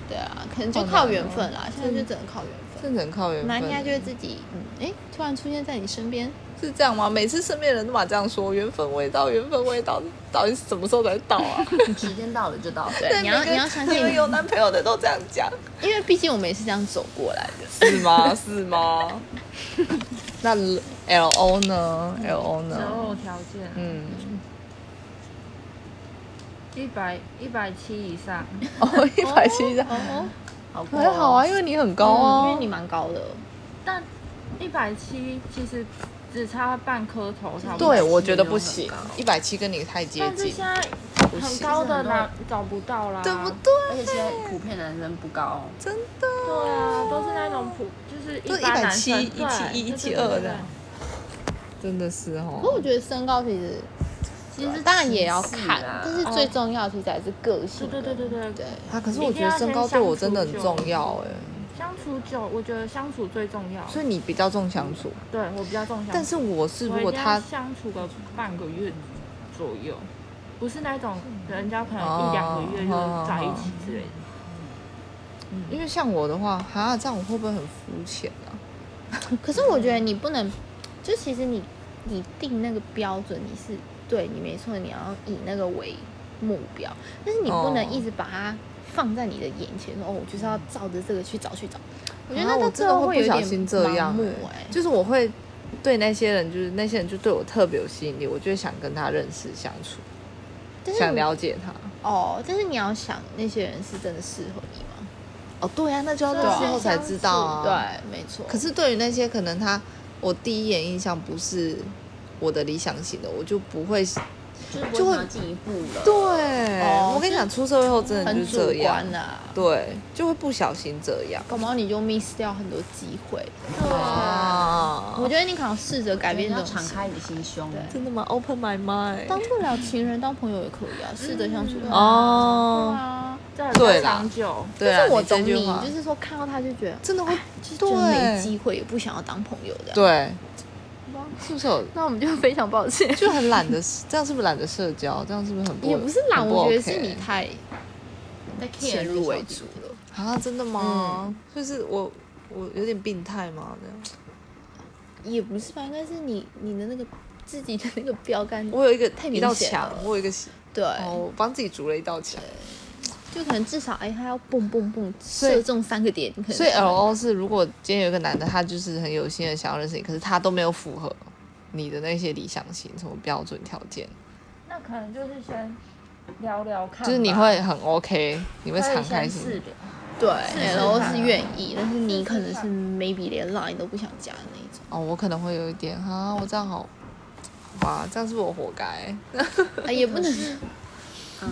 [SPEAKER 2] 对啊，可能就
[SPEAKER 1] 好难
[SPEAKER 2] 靠
[SPEAKER 1] 哦
[SPEAKER 2] 缘分啦，现在就只能靠缘分。
[SPEAKER 1] 这只能靠缘
[SPEAKER 2] 拿
[SPEAKER 1] 分。
[SPEAKER 2] 捏就会自己，嗯，哎，突然出现在你身边，
[SPEAKER 1] 是这样吗？每次身边人都嘛这样说，缘分未到，缘分未到，到底是什么时候才到啊？
[SPEAKER 4] 时间到了就到了，
[SPEAKER 2] 对，你要你要相信
[SPEAKER 1] 你，们有男朋友的都这样讲，
[SPEAKER 2] 因为毕竟我们也是这样走过来的。
[SPEAKER 1] 是吗？是吗？那 L O 呢？L O 呢？
[SPEAKER 6] 条件
[SPEAKER 1] 嗯，
[SPEAKER 6] 一百一百七以上，
[SPEAKER 1] 哦，一百七的
[SPEAKER 2] 哦，
[SPEAKER 4] 好过哦
[SPEAKER 1] 还好啊，，因为你很高
[SPEAKER 2] 哦，
[SPEAKER 1] 啊，
[SPEAKER 2] 因为你蛮高的，
[SPEAKER 6] 但一百七其实只差半颗头差不多。
[SPEAKER 1] 对我觉得不
[SPEAKER 4] 一
[SPEAKER 1] 行
[SPEAKER 4] 百七没有很，高
[SPEAKER 1] 一百七跟你太接
[SPEAKER 6] 但是
[SPEAKER 1] 近
[SPEAKER 6] 现，在
[SPEAKER 1] 不
[SPEAKER 6] 很
[SPEAKER 1] 行，
[SPEAKER 6] 高的啦找不到啦，
[SPEAKER 1] 对不对？
[SPEAKER 4] 而且现在普遍男生不高，哦
[SPEAKER 1] 真的，
[SPEAKER 6] 对啊，都是那种普，就是
[SPEAKER 1] 都是
[SPEAKER 6] 般男
[SPEAKER 1] 170
[SPEAKER 6] 生
[SPEAKER 1] 171 172这样。真的是
[SPEAKER 2] 不过我
[SPEAKER 1] 哦。
[SPEAKER 2] 觉得身高其实
[SPEAKER 4] 其实
[SPEAKER 2] 啊当然也要
[SPEAKER 4] 啊
[SPEAKER 2] 看，但是
[SPEAKER 6] 哦
[SPEAKER 2] 最重要的其实还是个性
[SPEAKER 6] 对
[SPEAKER 2] 跟。
[SPEAKER 6] 对对对对对
[SPEAKER 2] 对，
[SPEAKER 1] 啊，可是我觉得身高对我真的很重要哎、
[SPEAKER 6] 相处久，我觉得相处最重要。
[SPEAKER 1] 所以你比较重相处，
[SPEAKER 6] 对我比较重相处，
[SPEAKER 1] 但是我是如
[SPEAKER 6] 我一
[SPEAKER 1] 果
[SPEAKER 6] 定要
[SPEAKER 1] 他
[SPEAKER 6] 相处个半个月左右，不是那种人家可能一两个月
[SPEAKER 1] 哦
[SPEAKER 6] 就在一起之类的。
[SPEAKER 1] 因为像我的话，哈，这样我会不会很肤浅啊？
[SPEAKER 2] 可是我觉得你不能，就其实你你定那个标准，你是对你没错，你要以那个为目标，但是你不能
[SPEAKER 1] 哦
[SPEAKER 2] 一直把它放在你的眼前，说哦，我就是要照着这个去找去找。我觉得
[SPEAKER 1] 啊
[SPEAKER 2] 那到
[SPEAKER 1] 我
[SPEAKER 2] 最
[SPEAKER 1] 真的
[SPEAKER 2] 后
[SPEAKER 1] 会
[SPEAKER 2] 有
[SPEAKER 1] 不小
[SPEAKER 2] 点
[SPEAKER 1] 心这样
[SPEAKER 2] 盲目
[SPEAKER 1] 欸、
[SPEAKER 2] 哎、
[SPEAKER 1] 就是我会对那些人，就是那些人就对我特别有吸引力，我就会想跟他认识相处，
[SPEAKER 2] 但是
[SPEAKER 1] 想
[SPEAKER 2] 你
[SPEAKER 1] 了解他。
[SPEAKER 2] 哦，但是你要想那些人是真的适合你吗？
[SPEAKER 1] 哦，对啊，那就要
[SPEAKER 6] 对
[SPEAKER 1] 认
[SPEAKER 2] 啊
[SPEAKER 1] 识后才知道啊。
[SPEAKER 2] 对，没错。
[SPEAKER 1] 可是对于那些可能他，我第一眼印象不是我的理想型的，我就不会。
[SPEAKER 4] 就是
[SPEAKER 1] 就会
[SPEAKER 4] 不会想要进一步了。
[SPEAKER 1] 对，
[SPEAKER 2] 哦
[SPEAKER 1] 我跟你讲，出社会后真的就
[SPEAKER 2] 很
[SPEAKER 1] 是
[SPEAKER 2] 主
[SPEAKER 1] 这样
[SPEAKER 2] 观。呐、啊，
[SPEAKER 1] 对，就会不小心这样。
[SPEAKER 2] 搞不好你就 miss 掉很多机会。
[SPEAKER 1] 啊
[SPEAKER 2] 我觉得你可能试着改
[SPEAKER 4] 改变
[SPEAKER 2] 变这
[SPEAKER 4] 要
[SPEAKER 2] 种
[SPEAKER 4] 敞
[SPEAKER 2] 心
[SPEAKER 4] 开你心胸，
[SPEAKER 2] 对
[SPEAKER 1] 真的吗？Open my mind。
[SPEAKER 2] 当不了情人，当朋友也可以啊，试着相处。对
[SPEAKER 1] 哦，
[SPEAKER 2] 啊，
[SPEAKER 6] 这很
[SPEAKER 1] 对啦
[SPEAKER 6] 长久，
[SPEAKER 1] 对啊，
[SPEAKER 2] 但是我
[SPEAKER 1] 你这
[SPEAKER 2] 懂
[SPEAKER 1] 句
[SPEAKER 2] 你，
[SPEAKER 1] 话
[SPEAKER 2] 就是说看到他就觉得，哦
[SPEAKER 1] 真的会
[SPEAKER 2] 就是
[SPEAKER 1] 对
[SPEAKER 2] 真的没机会，也不想要当朋友的。，
[SPEAKER 1] 对，是不是有
[SPEAKER 2] 那我们就非常抱歉。
[SPEAKER 1] 就很懒得，这样是不是懒得社交？这样是不是很不
[SPEAKER 2] 也不是懒，
[SPEAKER 1] 很
[SPEAKER 2] 我觉得
[SPEAKER 1] OK
[SPEAKER 2] 是你太
[SPEAKER 4] 在 care
[SPEAKER 2] 先入为主
[SPEAKER 4] 这个小
[SPEAKER 2] 了。
[SPEAKER 1] 啊？真的吗？就是我我有点病态吗？那样
[SPEAKER 2] 也不是吧，应该是你你的那个自己的那个标杆，
[SPEAKER 1] 我有一个
[SPEAKER 2] 太
[SPEAKER 1] 一
[SPEAKER 2] 明
[SPEAKER 1] 道
[SPEAKER 2] 显
[SPEAKER 1] 墙
[SPEAKER 2] 了，
[SPEAKER 1] 我有一个
[SPEAKER 2] 对，
[SPEAKER 1] 哦，我帮自己筑了一道墙。
[SPEAKER 2] 就可能至少哎，他要蹦蹦蹦
[SPEAKER 1] 以
[SPEAKER 2] 射中三个点，你可能
[SPEAKER 1] 所以呃 L O 是，如果今天有一个男的，他就是很有心的想要认识你，可是他都没有符合你的那些理想型什么标准条件，
[SPEAKER 6] 那可能就是先聊聊看吧，
[SPEAKER 1] 就是你会很 OK，你会
[SPEAKER 6] 可
[SPEAKER 1] 敞
[SPEAKER 6] 以
[SPEAKER 1] 开
[SPEAKER 6] 先
[SPEAKER 1] 心。
[SPEAKER 6] 试聊。
[SPEAKER 2] 对
[SPEAKER 6] 试
[SPEAKER 2] ，L
[SPEAKER 6] 看
[SPEAKER 2] 是
[SPEAKER 6] 啊
[SPEAKER 2] 愿意，但是你
[SPEAKER 6] 试
[SPEAKER 2] 可能
[SPEAKER 6] 看
[SPEAKER 2] 是 maybe 连 line 都不想加的那一种。
[SPEAKER 1] 哦，我可能会有一点哈，我这样好，哇，这样是不是我活该？
[SPEAKER 2] 啊，也不能
[SPEAKER 4] 嗯，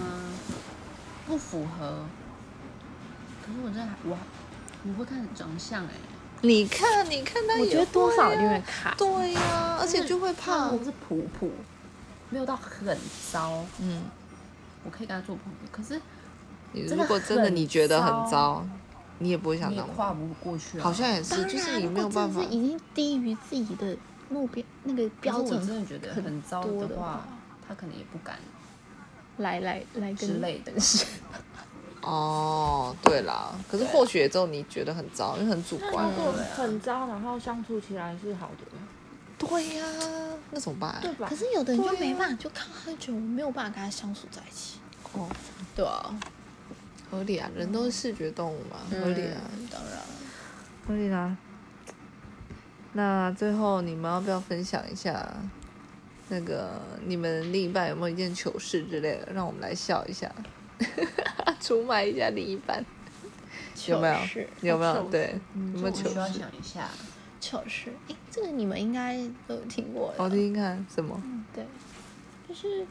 [SPEAKER 4] 不符合。可是我真的还我还我会看长相哎、
[SPEAKER 1] 你看，你看他也会啊，
[SPEAKER 2] 我觉得多少一定会卡。
[SPEAKER 1] 对呀、而且就会怕
[SPEAKER 4] 我，是普普，没有到很糟，
[SPEAKER 1] 嗯，
[SPEAKER 4] 我可以跟他做朋友。可是
[SPEAKER 1] 你
[SPEAKER 4] 真
[SPEAKER 1] 如
[SPEAKER 4] 的
[SPEAKER 1] 果真的
[SPEAKER 4] 很
[SPEAKER 1] 你觉得
[SPEAKER 4] 糟
[SPEAKER 1] 很糟，你也不会想
[SPEAKER 4] 你也
[SPEAKER 1] 当朋友，
[SPEAKER 4] 跨不过去、啊，
[SPEAKER 1] 好像也是，
[SPEAKER 2] 当
[SPEAKER 1] 就是
[SPEAKER 2] 然
[SPEAKER 1] 你
[SPEAKER 2] 如
[SPEAKER 1] 没
[SPEAKER 2] 果
[SPEAKER 1] 有办
[SPEAKER 2] 真
[SPEAKER 1] 法
[SPEAKER 2] 的是已经低于自己的目标那个
[SPEAKER 4] 可是
[SPEAKER 2] 标
[SPEAKER 4] 我真
[SPEAKER 2] 准
[SPEAKER 4] 的觉得很糟
[SPEAKER 2] 多
[SPEAKER 4] 的
[SPEAKER 2] 的
[SPEAKER 4] 话
[SPEAKER 2] 话，
[SPEAKER 4] 他可能也不敢
[SPEAKER 2] 来来来
[SPEAKER 4] 之
[SPEAKER 2] 跟
[SPEAKER 4] 类的。
[SPEAKER 1] 哦，对啦，可是或许也只有你觉得很糟，因为很主
[SPEAKER 6] 那
[SPEAKER 1] 观啊
[SPEAKER 6] 如。果很糟，然后相处起来是好的，
[SPEAKER 1] 对呀、那怎么办？
[SPEAKER 6] 对吧
[SPEAKER 2] 可？是有的人就没办法，就看到他就觉得我没有办法跟他相处在一起。
[SPEAKER 1] 哦，
[SPEAKER 2] 对啊，
[SPEAKER 1] 合理啊，人都是视觉动物嘛，合理啊，
[SPEAKER 2] 嗯，当然。
[SPEAKER 1] 合理啊。那最后你们要不要分享一下，那个你们另一半有没有一件糗事之类的，让我们来笑一下，出卖一下另一半，有没有
[SPEAKER 2] 糗事？
[SPEAKER 1] 有没
[SPEAKER 6] 糗
[SPEAKER 1] 有？
[SPEAKER 6] 事
[SPEAKER 1] 对，有没有
[SPEAKER 4] 我
[SPEAKER 1] 糗
[SPEAKER 4] 需要
[SPEAKER 1] 事？
[SPEAKER 4] 想一下，
[SPEAKER 2] 糗事，哎，这个你们应该都有听过
[SPEAKER 1] 我
[SPEAKER 2] 的。
[SPEAKER 1] 听听看，什么？
[SPEAKER 2] 对，就是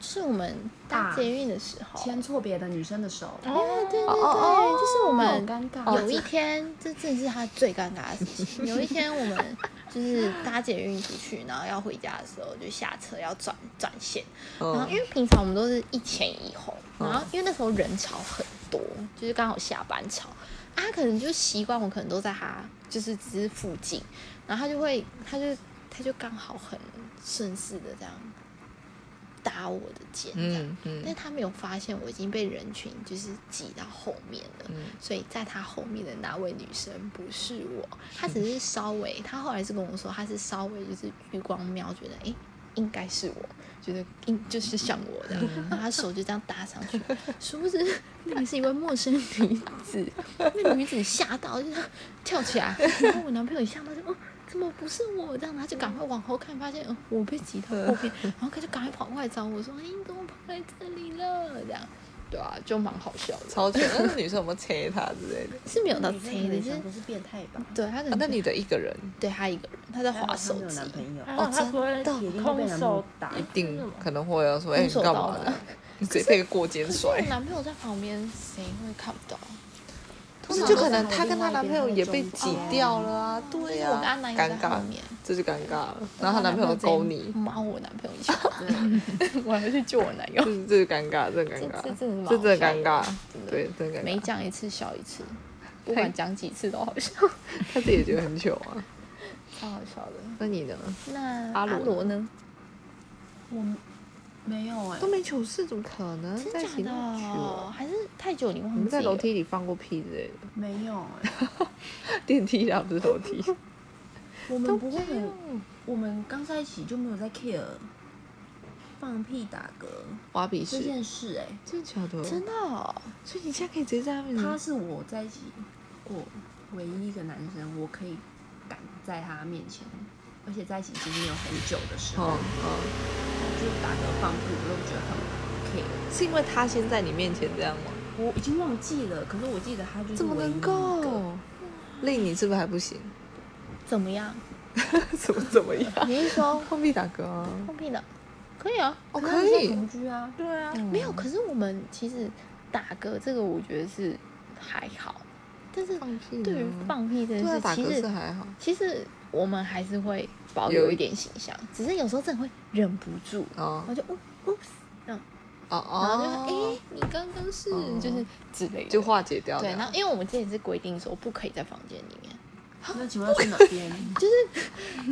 [SPEAKER 2] 是我们搭
[SPEAKER 4] 大
[SPEAKER 2] 捷运的时候。
[SPEAKER 4] 牵错别的女生的手，
[SPEAKER 2] 哦，对对对，
[SPEAKER 1] 哦哦
[SPEAKER 2] 就是我们很
[SPEAKER 4] 尴尬哦
[SPEAKER 2] 有一天，这真的是他最尴尬的事情。有一天，我们就是搭捷运出去，然后要回家的时候，就下车要转转线。
[SPEAKER 1] 嗯
[SPEAKER 2] 然后因为平常我们都是一前一后，然后因为那时候人潮很多，就是刚好下班潮，啊，他可能就习惯我可能都在他就是只是附近，然后他就会，他就他就刚好很顺势的这样搭我的肩，这样。
[SPEAKER 1] 嗯嗯
[SPEAKER 2] 但他没有发现我已经被人群就是挤到后面了，所以在他后面的那位女生不是我，她只是稍微，她后来是跟我说，她是稍微就是余光瞄，觉得诶应该是我，觉得应就是像我这样，然后她手就这样搭上去，殊不知那个是一位陌生女子，那个女子吓到就是跳起来，然后我男朋友也吓到就哦。怎么不是我？这样，他就赶快往后看，发现、呃、我被挤到后面，然后他就赶快跑过来找我说：“哎、你怎么跑来这里了？”这样，对啊，就蛮好笑的，
[SPEAKER 1] 超糗。 *laughs* 那个女生有没有切他之类的？
[SPEAKER 2] 是没有到
[SPEAKER 4] 女生
[SPEAKER 2] 催的，
[SPEAKER 4] 可能
[SPEAKER 2] 就是
[SPEAKER 4] 想不是变态吧？
[SPEAKER 2] 对他
[SPEAKER 1] 啊
[SPEAKER 2] 可能
[SPEAKER 1] 那女的一个人
[SPEAKER 2] 对他一个人，他在
[SPEAKER 4] 还好
[SPEAKER 2] 划
[SPEAKER 4] 她
[SPEAKER 2] 手
[SPEAKER 4] 没有
[SPEAKER 2] 机
[SPEAKER 4] 男，朋友，
[SPEAKER 2] 哦真
[SPEAKER 7] 的
[SPEAKER 2] 的
[SPEAKER 7] 空手打
[SPEAKER 1] 一定可能会要说，哎，你
[SPEAKER 2] 空手
[SPEAKER 1] 干
[SPEAKER 2] 道
[SPEAKER 1] 嘛
[SPEAKER 2] 吗
[SPEAKER 1] *laughs* 的？你直接被过肩
[SPEAKER 2] 可是
[SPEAKER 1] 摔
[SPEAKER 2] 我。男朋友在旁边，谁会看不到？
[SPEAKER 1] 不是，就可能她跟她男朋友也被挤掉了啊，对
[SPEAKER 2] 哦我
[SPEAKER 1] 呀、
[SPEAKER 2] 跟他
[SPEAKER 1] 啊，
[SPEAKER 2] 男友
[SPEAKER 1] 尴
[SPEAKER 2] 在
[SPEAKER 1] 尬
[SPEAKER 2] 后，面，
[SPEAKER 1] 这就尴尬了。然后她男朋友
[SPEAKER 2] 直接
[SPEAKER 1] 勾
[SPEAKER 2] *laughs*
[SPEAKER 1] 你，
[SPEAKER 2] 猫我男朋友一下，我还要去救我男友
[SPEAKER 1] 这，是这是尴尬，这尴尬
[SPEAKER 2] 这，真的是
[SPEAKER 1] 这
[SPEAKER 2] 蛮
[SPEAKER 1] 真的尴
[SPEAKER 2] 好
[SPEAKER 1] 尬
[SPEAKER 2] 笑的，
[SPEAKER 1] 对，真的尴
[SPEAKER 2] 每
[SPEAKER 1] 尬。
[SPEAKER 2] 讲一次笑一次，不管讲几次都好笑，
[SPEAKER 1] 她自己也觉得很糗啊。
[SPEAKER 2] *laughs* 超好笑的。
[SPEAKER 1] 那你呢？
[SPEAKER 2] 嗯那
[SPEAKER 1] 阿
[SPEAKER 2] 阿
[SPEAKER 1] 罗
[SPEAKER 2] 罗呢？
[SPEAKER 4] 我没有哎、
[SPEAKER 1] 都没糗事，怎么可能
[SPEAKER 2] 真
[SPEAKER 1] 在一起
[SPEAKER 2] 假
[SPEAKER 1] 那
[SPEAKER 2] 的
[SPEAKER 1] 么
[SPEAKER 2] 哦？
[SPEAKER 1] 久？
[SPEAKER 2] 还是太久你忘记了？
[SPEAKER 1] 你们在楼梯里放过屁之类的，
[SPEAKER 4] 没有哎、
[SPEAKER 1] *laughs* 电梯啦，不是楼
[SPEAKER 2] *laughs*
[SPEAKER 1] 梯。
[SPEAKER 4] 我们不会有，我们刚在一起就没有在 care 放屁打嗝
[SPEAKER 1] 挖鼻
[SPEAKER 4] 这
[SPEAKER 1] 屎，
[SPEAKER 4] 件事哎、
[SPEAKER 1] 真的假的？
[SPEAKER 2] 真的哦？
[SPEAKER 1] 所以你现在可以直接在他面
[SPEAKER 4] 他
[SPEAKER 1] 前，
[SPEAKER 4] 是我在一起过唯一一个男生，我可以敢在他面前，而且在一起已经没有很久的时候，
[SPEAKER 1] 嗯嗯，
[SPEAKER 4] 就是打嗝放屁，我都觉得很 care。
[SPEAKER 1] 是因为他先在你面前这样吗？
[SPEAKER 4] 我已经忘记了，可是我记得他就是
[SPEAKER 1] 怎么
[SPEAKER 4] 唯一
[SPEAKER 1] 能
[SPEAKER 4] 一个
[SPEAKER 1] 够？令你是不是还不行？
[SPEAKER 2] 怎么样？
[SPEAKER 1] 怎么怎么样？
[SPEAKER 2] 你是 *laughs* 说
[SPEAKER 1] *laughs* 放屁打嗝啊？
[SPEAKER 2] 放屁的？可以啊，
[SPEAKER 1] 哦，
[SPEAKER 4] 那
[SPEAKER 1] 可
[SPEAKER 4] 你
[SPEAKER 1] 以
[SPEAKER 4] 现在，同居啊，
[SPEAKER 7] 对
[SPEAKER 1] 嗯
[SPEAKER 7] 啊，
[SPEAKER 2] 没有。可是我们其实打嗝这个，我觉得是还好，但是
[SPEAKER 1] 放屁呢
[SPEAKER 2] 对于放屁这件
[SPEAKER 1] 对啊，
[SPEAKER 2] 事，
[SPEAKER 1] 打
[SPEAKER 2] 其
[SPEAKER 1] 嗝是
[SPEAKER 2] 实
[SPEAKER 1] 还好，
[SPEAKER 2] 其实我们还是会保留一点形象，只是有时候真的会忍不住，
[SPEAKER 1] 哦
[SPEAKER 2] 然后就哦哦，
[SPEAKER 1] 哦
[SPEAKER 2] 然后就哎、
[SPEAKER 1] 哦，
[SPEAKER 2] 你刚刚是、
[SPEAKER 1] 哦
[SPEAKER 2] 就是之类的，
[SPEAKER 1] 就化解掉了。
[SPEAKER 2] 对。然后因为我们之前是规定说不可以在房间里面。
[SPEAKER 4] 那请问要去哪
[SPEAKER 1] *laughs*
[SPEAKER 4] 边？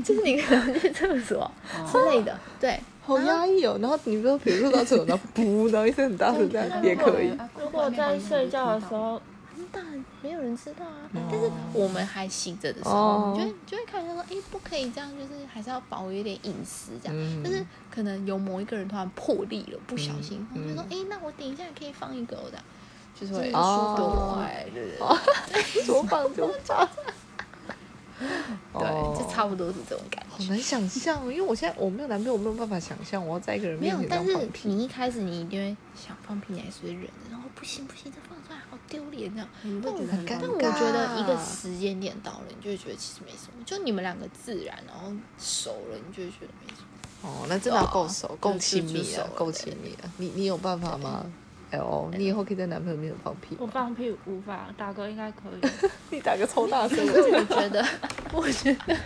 [SPEAKER 2] 就是你可能去厕
[SPEAKER 1] 哦
[SPEAKER 2] 所之
[SPEAKER 4] 哦
[SPEAKER 2] 类的，对。
[SPEAKER 1] 好压抑哦，然后你不知道，比如说到厕所， *laughs* 然后噗，然后一声很大声这样也可以，
[SPEAKER 4] 哦
[SPEAKER 7] 如果在睡觉的时候，
[SPEAKER 2] 嗯当然没有人知道啊，但是我们还醒着的时候，
[SPEAKER 1] 哦
[SPEAKER 2] 你就会就会看到说，哎、不可以这样，就是还是要保有一点隐私这样。
[SPEAKER 1] 嗯
[SPEAKER 2] 但是可能有某一个人突然破例了，不小心，
[SPEAKER 1] 嗯
[SPEAKER 2] 他就说，哎、那我等一下可以放一个哦这样，就是会
[SPEAKER 1] 就是哦说
[SPEAKER 2] 对
[SPEAKER 1] 放
[SPEAKER 2] 对对对
[SPEAKER 1] 说放就放。 *laughs* 哦
[SPEAKER 2] 对，就差不多是这种感
[SPEAKER 1] 好
[SPEAKER 2] 觉。
[SPEAKER 1] 难想象哦，因为我现在我没有男朋友，我没有办法想象我要在一个人
[SPEAKER 2] 没
[SPEAKER 1] 面
[SPEAKER 2] 有，
[SPEAKER 1] 前这样
[SPEAKER 2] 但是
[SPEAKER 1] 放屁。
[SPEAKER 2] 你一开始你一定会想放屁，你还是会忍着，然后不行不行，这放出来好丢脸这样。
[SPEAKER 4] 你会觉得
[SPEAKER 1] 很尴
[SPEAKER 4] 尴
[SPEAKER 2] 但我觉得一个时间点到了，你就会觉得其实没什么，就你们两个自然，然后熟了，你就会觉得没什么。
[SPEAKER 1] 哦，那真的要够熟，够亲
[SPEAKER 2] 就
[SPEAKER 1] 密
[SPEAKER 2] 是熟
[SPEAKER 1] 啊
[SPEAKER 2] 了，
[SPEAKER 1] 够亲密啊！你你有办法吗？L，你以后可以在男朋友面前放屁吗
[SPEAKER 7] 我放屁无法，打嗝应该可以。
[SPEAKER 1] 你打个超大声， *laughs*
[SPEAKER 2] 我觉得，我觉得，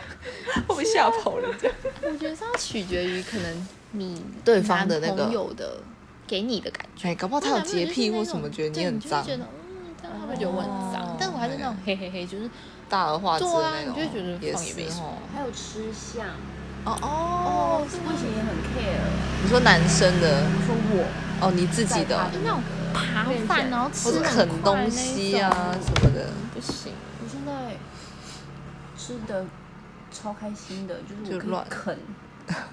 [SPEAKER 1] 我被吓跑人家。
[SPEAKER 2] 我觉得是要取决于可能你
[SPEAKER 1] 对方的那个
[SPEAKER 2] 男朋友的给你的感觉。
[SPEAKER 1] 哎，搞不好他有洁癖或什么，觉得
[SPEAKER 2] 你
[SPEAKER 1] 很脏，
[SPEAKER 2] 觉得嗯，这样他会觉得我很脏。但我还是那种嘿嘿嘿，就是
[SPEAKER 1] 大而化之
[SPEAKER 2] 对
[SPEAKER 1] 的
[SPEAKER 2] 啊，
[SPEAKER 1] 那
[SPEAKER 2] 你
[SPEAKER 1] 种，
[SPEAKER 2] 就会觉得
[SPEAKER 1] 也
[SPEAKER 2] 放也没
[SPEAKER 1] 是
[SPEAKER 2] 什么
[SPEAKER 1] 哦。。
[SPEAKER 4] 还有吃相，
[SPEAKER 1] 哦哦，
[SPEAKER 4] 我以前也很 care，
[SPEAKER 1] 你说男生的
[SPEAKER 4] 我说我
[SPEAKER 1] 哦，你自己的
[SPEAKER 4] 在
[SPEAKER 1] 哦
[SPEAKER 4] 他，
[SPEAKER 2] 就那种扒饭然后吃
[SPEAKER 1] 或者
[SPEAKER 2] 很
[SPEAKER 1] 啃
[SPEAKER 2] 快
[SPEAKER 1] 东西啊
[SPEAKER 2] 那种
[SPEAKER 1] 什么的，
[SPEAKER 2] 不行。
[SPEAKER 4] 我现在吃的超开心的，就是
[SPEAKER 1] 就
[SPEAKER 4] 我可
[SPEAKER 1] 乱
[SPEAKER 4] 以啃，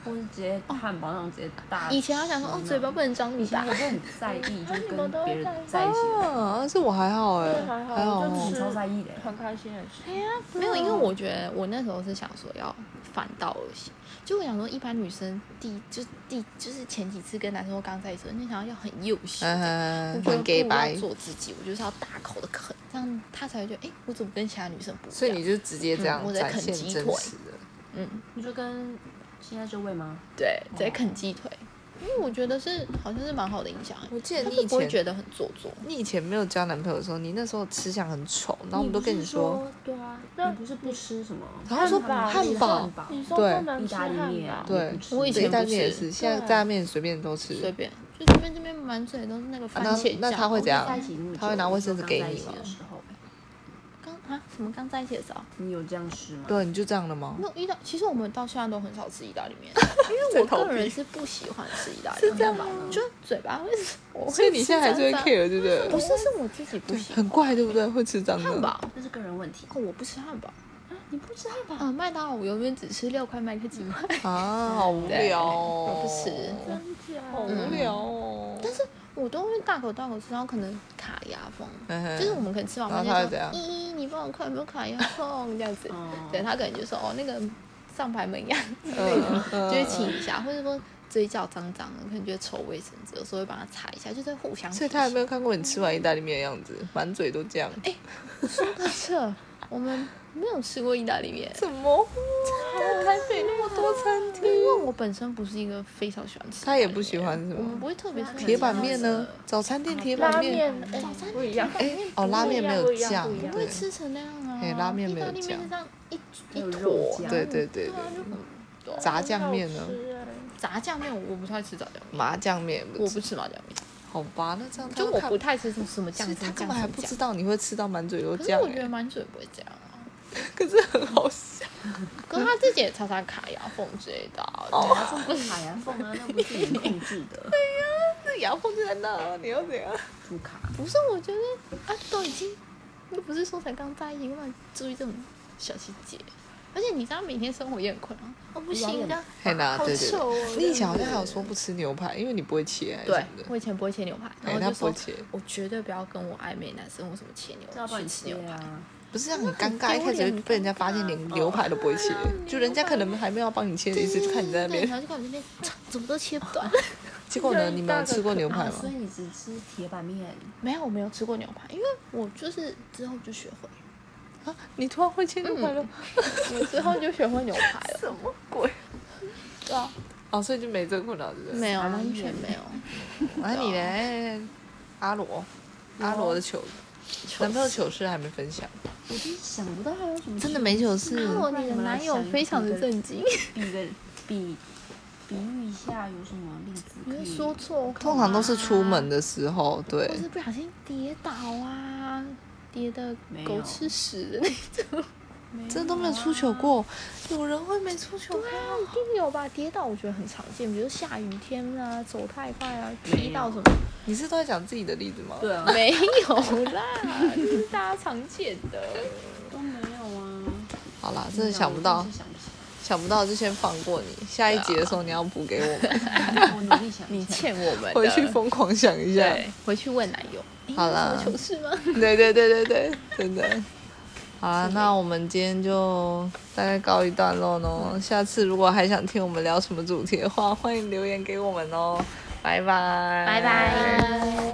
[SPEAKER 4] 或是直接汉堡那种直接大。
[SPEAKER 2] 以前他想说哦，嘴巴不能张
[SPEAKER 4] 以
[SPEAKER 2] 你
[SPEAKER 4] 前
[SPEAKER 2] 吧
[SPEAKER 4] 我，会很在意，就是
[SPEAKER 7] 你们
[SPEAKER 4] 跟
[SPEAKER 7] 都会
[SPEAKER 4] 别人
[SPEAKER 7] 在意
[SPEAKER 1] *laughs*
[SPEAKER 4] 在一起的时
[SPEAKER 1] 啊，这我还好哎，
[SPEAKER 7] 这还好
[SPEAKER 1] 还好
[SPEAKER 7] 就
[SPEAKER 4] 候，
[SPEAKER 1] 哦
[SPEAKER 7] 是
[SPEAKER 4] 我超在意的。
[SPEAKER 7] 很开心的事。
[SPEAKER 2] *laughs* 没有，因为我觉得我那时候是想说要反道而行，就我想说一般女生第就第就是前几次跟男生或刚在一起的时候，你想要要很幼秀，
[SPEAKER 1] 嗯
[SPEAKER 2] 这
[SPEAKER 1] 哼，
[SPEAKER 2] 样我
[SPEAKER 1] 很 gay
[SPEAKER 2] 觉得不
[SPEAKER 1] 白
[SPEAKER 2] 要，做自己，我就是要大口的啃，这样他才会觉得哎，我怎么跟其他女生不一样？
[SPEAKER 1] 所以你就直接这样
[SPEAKER 2] 嗯我在
[SPEAKER 1] 展
[SPEAKER 2] 啃
[SPEAKER 1] 现
[SPEAKER 2] 鸡
[SPEAKER 1] 真
[SPEAKER 2] 腿
[SPEAKER 1] 实的。
[SPEAKER 2] 嗯，
[SPEAKER 4] 你就跟现在这位吗？
[SPEAKER 2] 对，直接啃鸡腿，因为我觉得是好像是蛮好的影响欸，
[SPEAKER 1] 我记得
[SPEAKER 2] 他
[SPEAKER 1] 你
[SPEAKER 2] 就
[SPEAKER 1] 以
[SPEAKER 2] 不会
[SPEAKER 1] 前
[SPEAKER 2] 觉得很做作。
[SPEAKER 1] 你以前没有交男朋友的时候，你那时候吃相很丑，然后我们都
[SPEAKER 4] 不是
[SPEAKER 1] 跟你说，
[SPEAKER 4] 对啊，
[SPEAKER 7] 那
[SPEAKER 4] 你不是不吃什么？
[SPEAKER 1] 然后说
[SPEAKER 7] 汉
[SPEAKER 1] 汉
[SPEAKER 4] 堡
[SPEAKER 1] 堡，
[SPEAKER 7] 哎你说
[SPEAKER 1] 对
[SPEAKER 7] 不能
[SPEAKER 4] 意
[SPEAKER 7] 吃
[SPEAKER 4] 大利
[SPEAKER 7] 汉
[SPEAKER 4] 面啊
[SPEAKER 7] 堡，
[SPEAKER 1] 对
[SPEAKER 4] 不吃
[SPEAKER 2] 我以
[SPEAKER 1] 对
[SPEAKER 2] 前
[SPEAKER 1] 意大
[SPEAKER 2] 不
[SPEAKER 1] 利面也
[SPEAKER 2] 吃
[SPEAKER 1] 是，现在
[SPEAKER 7] 对
[SPEAKER 1] 在大面随便都吃，
[SPEAKER 2] 随便，就这边这边满嘴都是那个番
[SPEAKER 1] 啊那
[SPEAKER 2] 茄
[SPEAKER 1] 那
[SPEAKER 2] 酱。
[SPEAKER 1] 他会
[SPEAKER 4] 我们
[SPEAKER 1] 怎样
[SPEAKER 4] 在一起那么久
[SPEAKER 1] 他会拿卫生纸给你吗
[SPEAKER 4] 我们刚在一起的时候
[SPEAKER 2] 刚啊什么刚在一起的时候，
[SPEAKER 4] 你有这样吃吗？
[SPEAKER 1] 对，你就这样了吗？
[SPEAKER 2] 没有意大，其实我们到现在都很少吃意大利
[SPEAKER 1] *laughs*
[SPEAKER 2] 面，因为我个人是不喜欢吃意大利面，
[SPEAKER 4] 这样吗
[SPEAKER 2] 就嘴巴会，我会
[SPEAKER 1] 所以你现在还是会
[SPEAKER 2] 吃脏脏
[SPEAKER 1] care 对不对？
[SPEAKER 2] 不是是我自己不喜欢
[SPEAKER 1] 很怪对不对？会吃脏的
[SPEAKER 2] 汉堡，
[SPEAKER 4] 那是个人问题。啊
[SPEAKER 2] 哦我不吃汉堡，
[SPEAKER 4] 你不吃汉堡？
[SPEAKER 2] 啊麦当劳我永远只吃六块麦克鸡块，
[SPEAKER 1] 啊，好无
[SPEAKER 2] 对
[SPEAKER 1] 聊哦，
[SPEAKER 2] 我不嗯吃
[SPEAKER 7] 真假？
[SPEAKER 1] 好无聊哦。但是
[SPEAKER 2] 我都会大口大口吃，然后可能卡牙缝，
[SPEAKER 1] 嗯
[SPEAKER 2] 就是我们可能吃完
[SPEAKER 1] 然
[SPEAKER 2] 饭
[SPEAKER 1] 后他会
[SPEAKER 2] 就说
[SPEAKER 1] 怎样
[SPEAKER 2] 咦你帮我看有没有卡牙缝这样子
[SPEAKER 4] 哦，
[SPEAKER 2] 对他可能就说哦那个上排门牙
[SPEAKER 1] 嗯
[SPEAKER 2] 就会亲
[SPEAKER 1] 嗯
[SPEAKER 2] 一下，或者说嘴角脏脏的，可能觉得臭卫生纸，有时候会帮他擦一下，就是互相。
[SPEAKER 1] 嗯所以他有没有看过你吃完意大利面的样子，满嘴都这样？哎， *laughs*
[SPEAKER 2] 这，我们没有吃过意大利面，
[SPEAKER 1] 怎么会？台北那么多餐厅，
[SPEAKER 2] 因为我本身不是一个非常喜欢吃意大
[SPEAKER 1] 他
[SPEAKER 2] 利
[SPEAKER 1] 也
[SPEAKER 2] 面的人。
[SPEAKER 1] 不喜欢是
[SPEAKER 2] 我们
[SPEAKER 1] 吗？
[SPEAKER 2] 不会特别吃
[SPEAKER 1] 铁板面呢？早餐店铁
[SPEAKER 7] 拉
[SPEAKER 1] 板面，
[SPEAKER 7] 面哎不一样，
[SPEAKER 1] 哎，哦，拉面没
[SPEAKER 7] 不
[SPEAKER 1] 有
[SPEAKER 7] 一样
[SPEAKER 1] 酱
[SPEAKER 7] 不一，样
[SPEAKER 2] 不会
[SPEAKER 1] 对
[SPEAKER 2] 吃成那样啊。
[SPEAKER 1] 哎拉面没有
[SPEAKER 2] 意大利面
[SPEAKER 1] 酱
[SPEAKER 2] 是这样一
[SPEAKER 4] 还有
[SPEAKER 2] 一
[SPEAKER 4] 肉
[SPEAKER 2] 坨，
[SPEAKER 4] 酱
[SPEAKER 1] 对对对
[SPEAKER 2] 对啊，
[SPEAKER 1] 对，
[SPEAKER 2] 就很多
[SPEAKER 1] 炸酱面呢
[SPEAKER 7] 很好吃哎
[SPEAKER 2] 炸酱面，我不太吃炸酱面，
[SPEAKER 1] 麻酱面也
[SPEAKER 2] 我
[SPEAKER 1] 不吃。
[SPEAKER 2] 不吃麻酱面，
[SPEAKER 1] 好吧，那这样他
[SPEAKER 2] 就
[SPEAKER 1] 都
[SPEAKER 2] 我
[SPEAKER 1] 看
[SPEAKER 2] 不太吃什么什么
[SPEAKER 1] 其
[SPEAKER 2] 酱
[SPEAKER 1] 实
[SPEAKER 2] 汁，
[SPEAKER 1] 他根
[SPEAKER 2] 酱
[SPEAKER 1] 本还
[SPEAKER 2] 汁
[SPEAKER 1] 不
[SPEAKER 2] 酱
[SPEAKER 1] 知道你会吃到满嘴都
[SPEAKER 2] 可是
[SPEAKER 1] 酱、
[SPEAKER 2] 我觉得
[SPEAKER 1] 欸，
[SPEAKER 2] 蛮准不会这样啊。
[SPEAKER 1] 可是很好笑。
[SPEAKER 2] 可是他自己也常常卡牙缝之类的、啊，
[SPEAKER 4] 哦，牙缝不是卡牙缝啊，那不是 *laughs* 你能控制的。
[SPEAKER 1] 那遥控就在那，你要怎样？
[SPEAKER 4] 出卡，
[SPEAKER 2] 不是？我觉得啊，都已经又不是说才刚在一起，干嘛注意这种小细节？而且你知道每天生活也很困扰，哦不行的，
[SPEAKER 1] *laughs* 嘿呐，
[SPEAKER 2] 好
[SPEAKER 1] 对对
[SPEAKER 2] 臭
[SPEAKER 1] 对。
[SPEAKER 2] 哦！
[SPEAKER 1] 你以前好像还有说不吃牛排，因为你不会切还是
[SPEAKER 2] 对
[SPEAKER 1] 什么，的。
[SPEAKER 2] 我以前不会切牛排，
[SPEAKER 1] 哎
[SPEAKER 2] 然后
[SPEAKER 1] 他
[SPEAKER 2] 就
[SPEAKER 1] 不会
[SPEAKER 2] 说
[SPEAKER 1] 切，
[SPEAKER 2] 我绝对不要跟我暧昧男生或什么切牛
[SPEAKER 4] 这要帮
[SPEAKER 2] 去
[SPEAKER 4] 你
[SPEAKER 2] 吃
[SPEAKER 4] 切
[SPEAKER 2] 牛排。
[SPEAKER 4] 啊。
[SPEAKER 1] 不是让你尴尬，一
[SPEAKER 2] 很丢
[SPEAKER 1] 开始
[SPEAKER 2] 脸
[SPEAKER 1] 就被人家发现连牛排都不会切，就人家可能还没有帮你切的意思，就看你在那
[SPEAKER 2] 对，
[SPEAKER 1] 边。
[SPEAKER 2] 然后就看我这边嘖 *laughs* 怎么都切不断。
[SPEAKER 1] 结果呢，你们有吃过牛排
[SPEAKER 4] 啊，
[SPEAKER 1] 吗
[SPEAKER 4] 所以？你只吃铁板面，
[SPEAKER 2] 没有，我没有吃过牛排，因为我就是之后就学会了。
[SPEAKER 1] 啊，你突然会切牛排了？
[SPEAKER 2] *laughs* 我之后就学会牛排了。什么鬼？对啊，
[SPEAKER 1] 哦，所以就没这个困扰，对不对？
[SPEAKER 2] 没有，完全没有。
[SPEAKER 1] 啊，你嘞，阿罗，阿罗的糗，男朋友啊糗事还没分享，
[SPEAKER 4] 我就想不到还有什么
[SPEAKER 1] 真的没糗事。
[SPEAKER 2] 阿罗，你的男友非常的震惊，
[SPEAKER 4] 比个比比喻一下有什么例子可
[SPEAKER 2] 你
[SPEAKER 4] 以？
[SPEAKER 2] 是说错，
[SPEAKER 1] 通常都是出门的时候，对
[SPEAKER 2] 或，是不小心跌倒啊，跌的
[SPEAKER 4] 没有
[SPEAKER 2] 狗吃屎的那种，
[SPEAKER 1] 真的都没有出糗过。有人会没出糗过？
[SPEAKER 2] *laughs* 一定有吧？跌倒我觉得很常见，比如下雨天啊，走太快啊，
[SPEAKER 4] 没有
[SPEAKER 2] 踢到什么，
[SPEAKER 1] 你是都在讲自己的例子吗？
[SPEAKER 4] 对啊，
[SPEAKER 2] 没有啦， *laughs* 这是大家常见的。
[SPEAKER 4] 都没有啊，
[SPEAKER 1] 好啦，真的想不到
[SPEAKER 4] 我真，是想不起
[SPEAKER 1] 想不到嗯就先啊放过你。下一集的时候你要补给我 *laughs* 们，
[SPEAKER 4] 来，我努力想
[SPEAKER 2] *laughs* 你
[SPEAKER 4] 一下。
[SPEAKER 2] 欠我们的
[SPEAKER 1] 回去疯狂想一下。
[SPEAKER 2] 对，回去问男友。哎
[SPEAKER 1] 好啦
[SPEAKER 2] 有什么糗事吗？
[SPEAKER 1] *laughs* 对对对对对，真的。好啦，那我们今天就大概告一段落喽。下次如果还想听我们聊什么主题的话，欢迎留言给我们哦。拜拜，
[SPEAKER 2] 拜拜。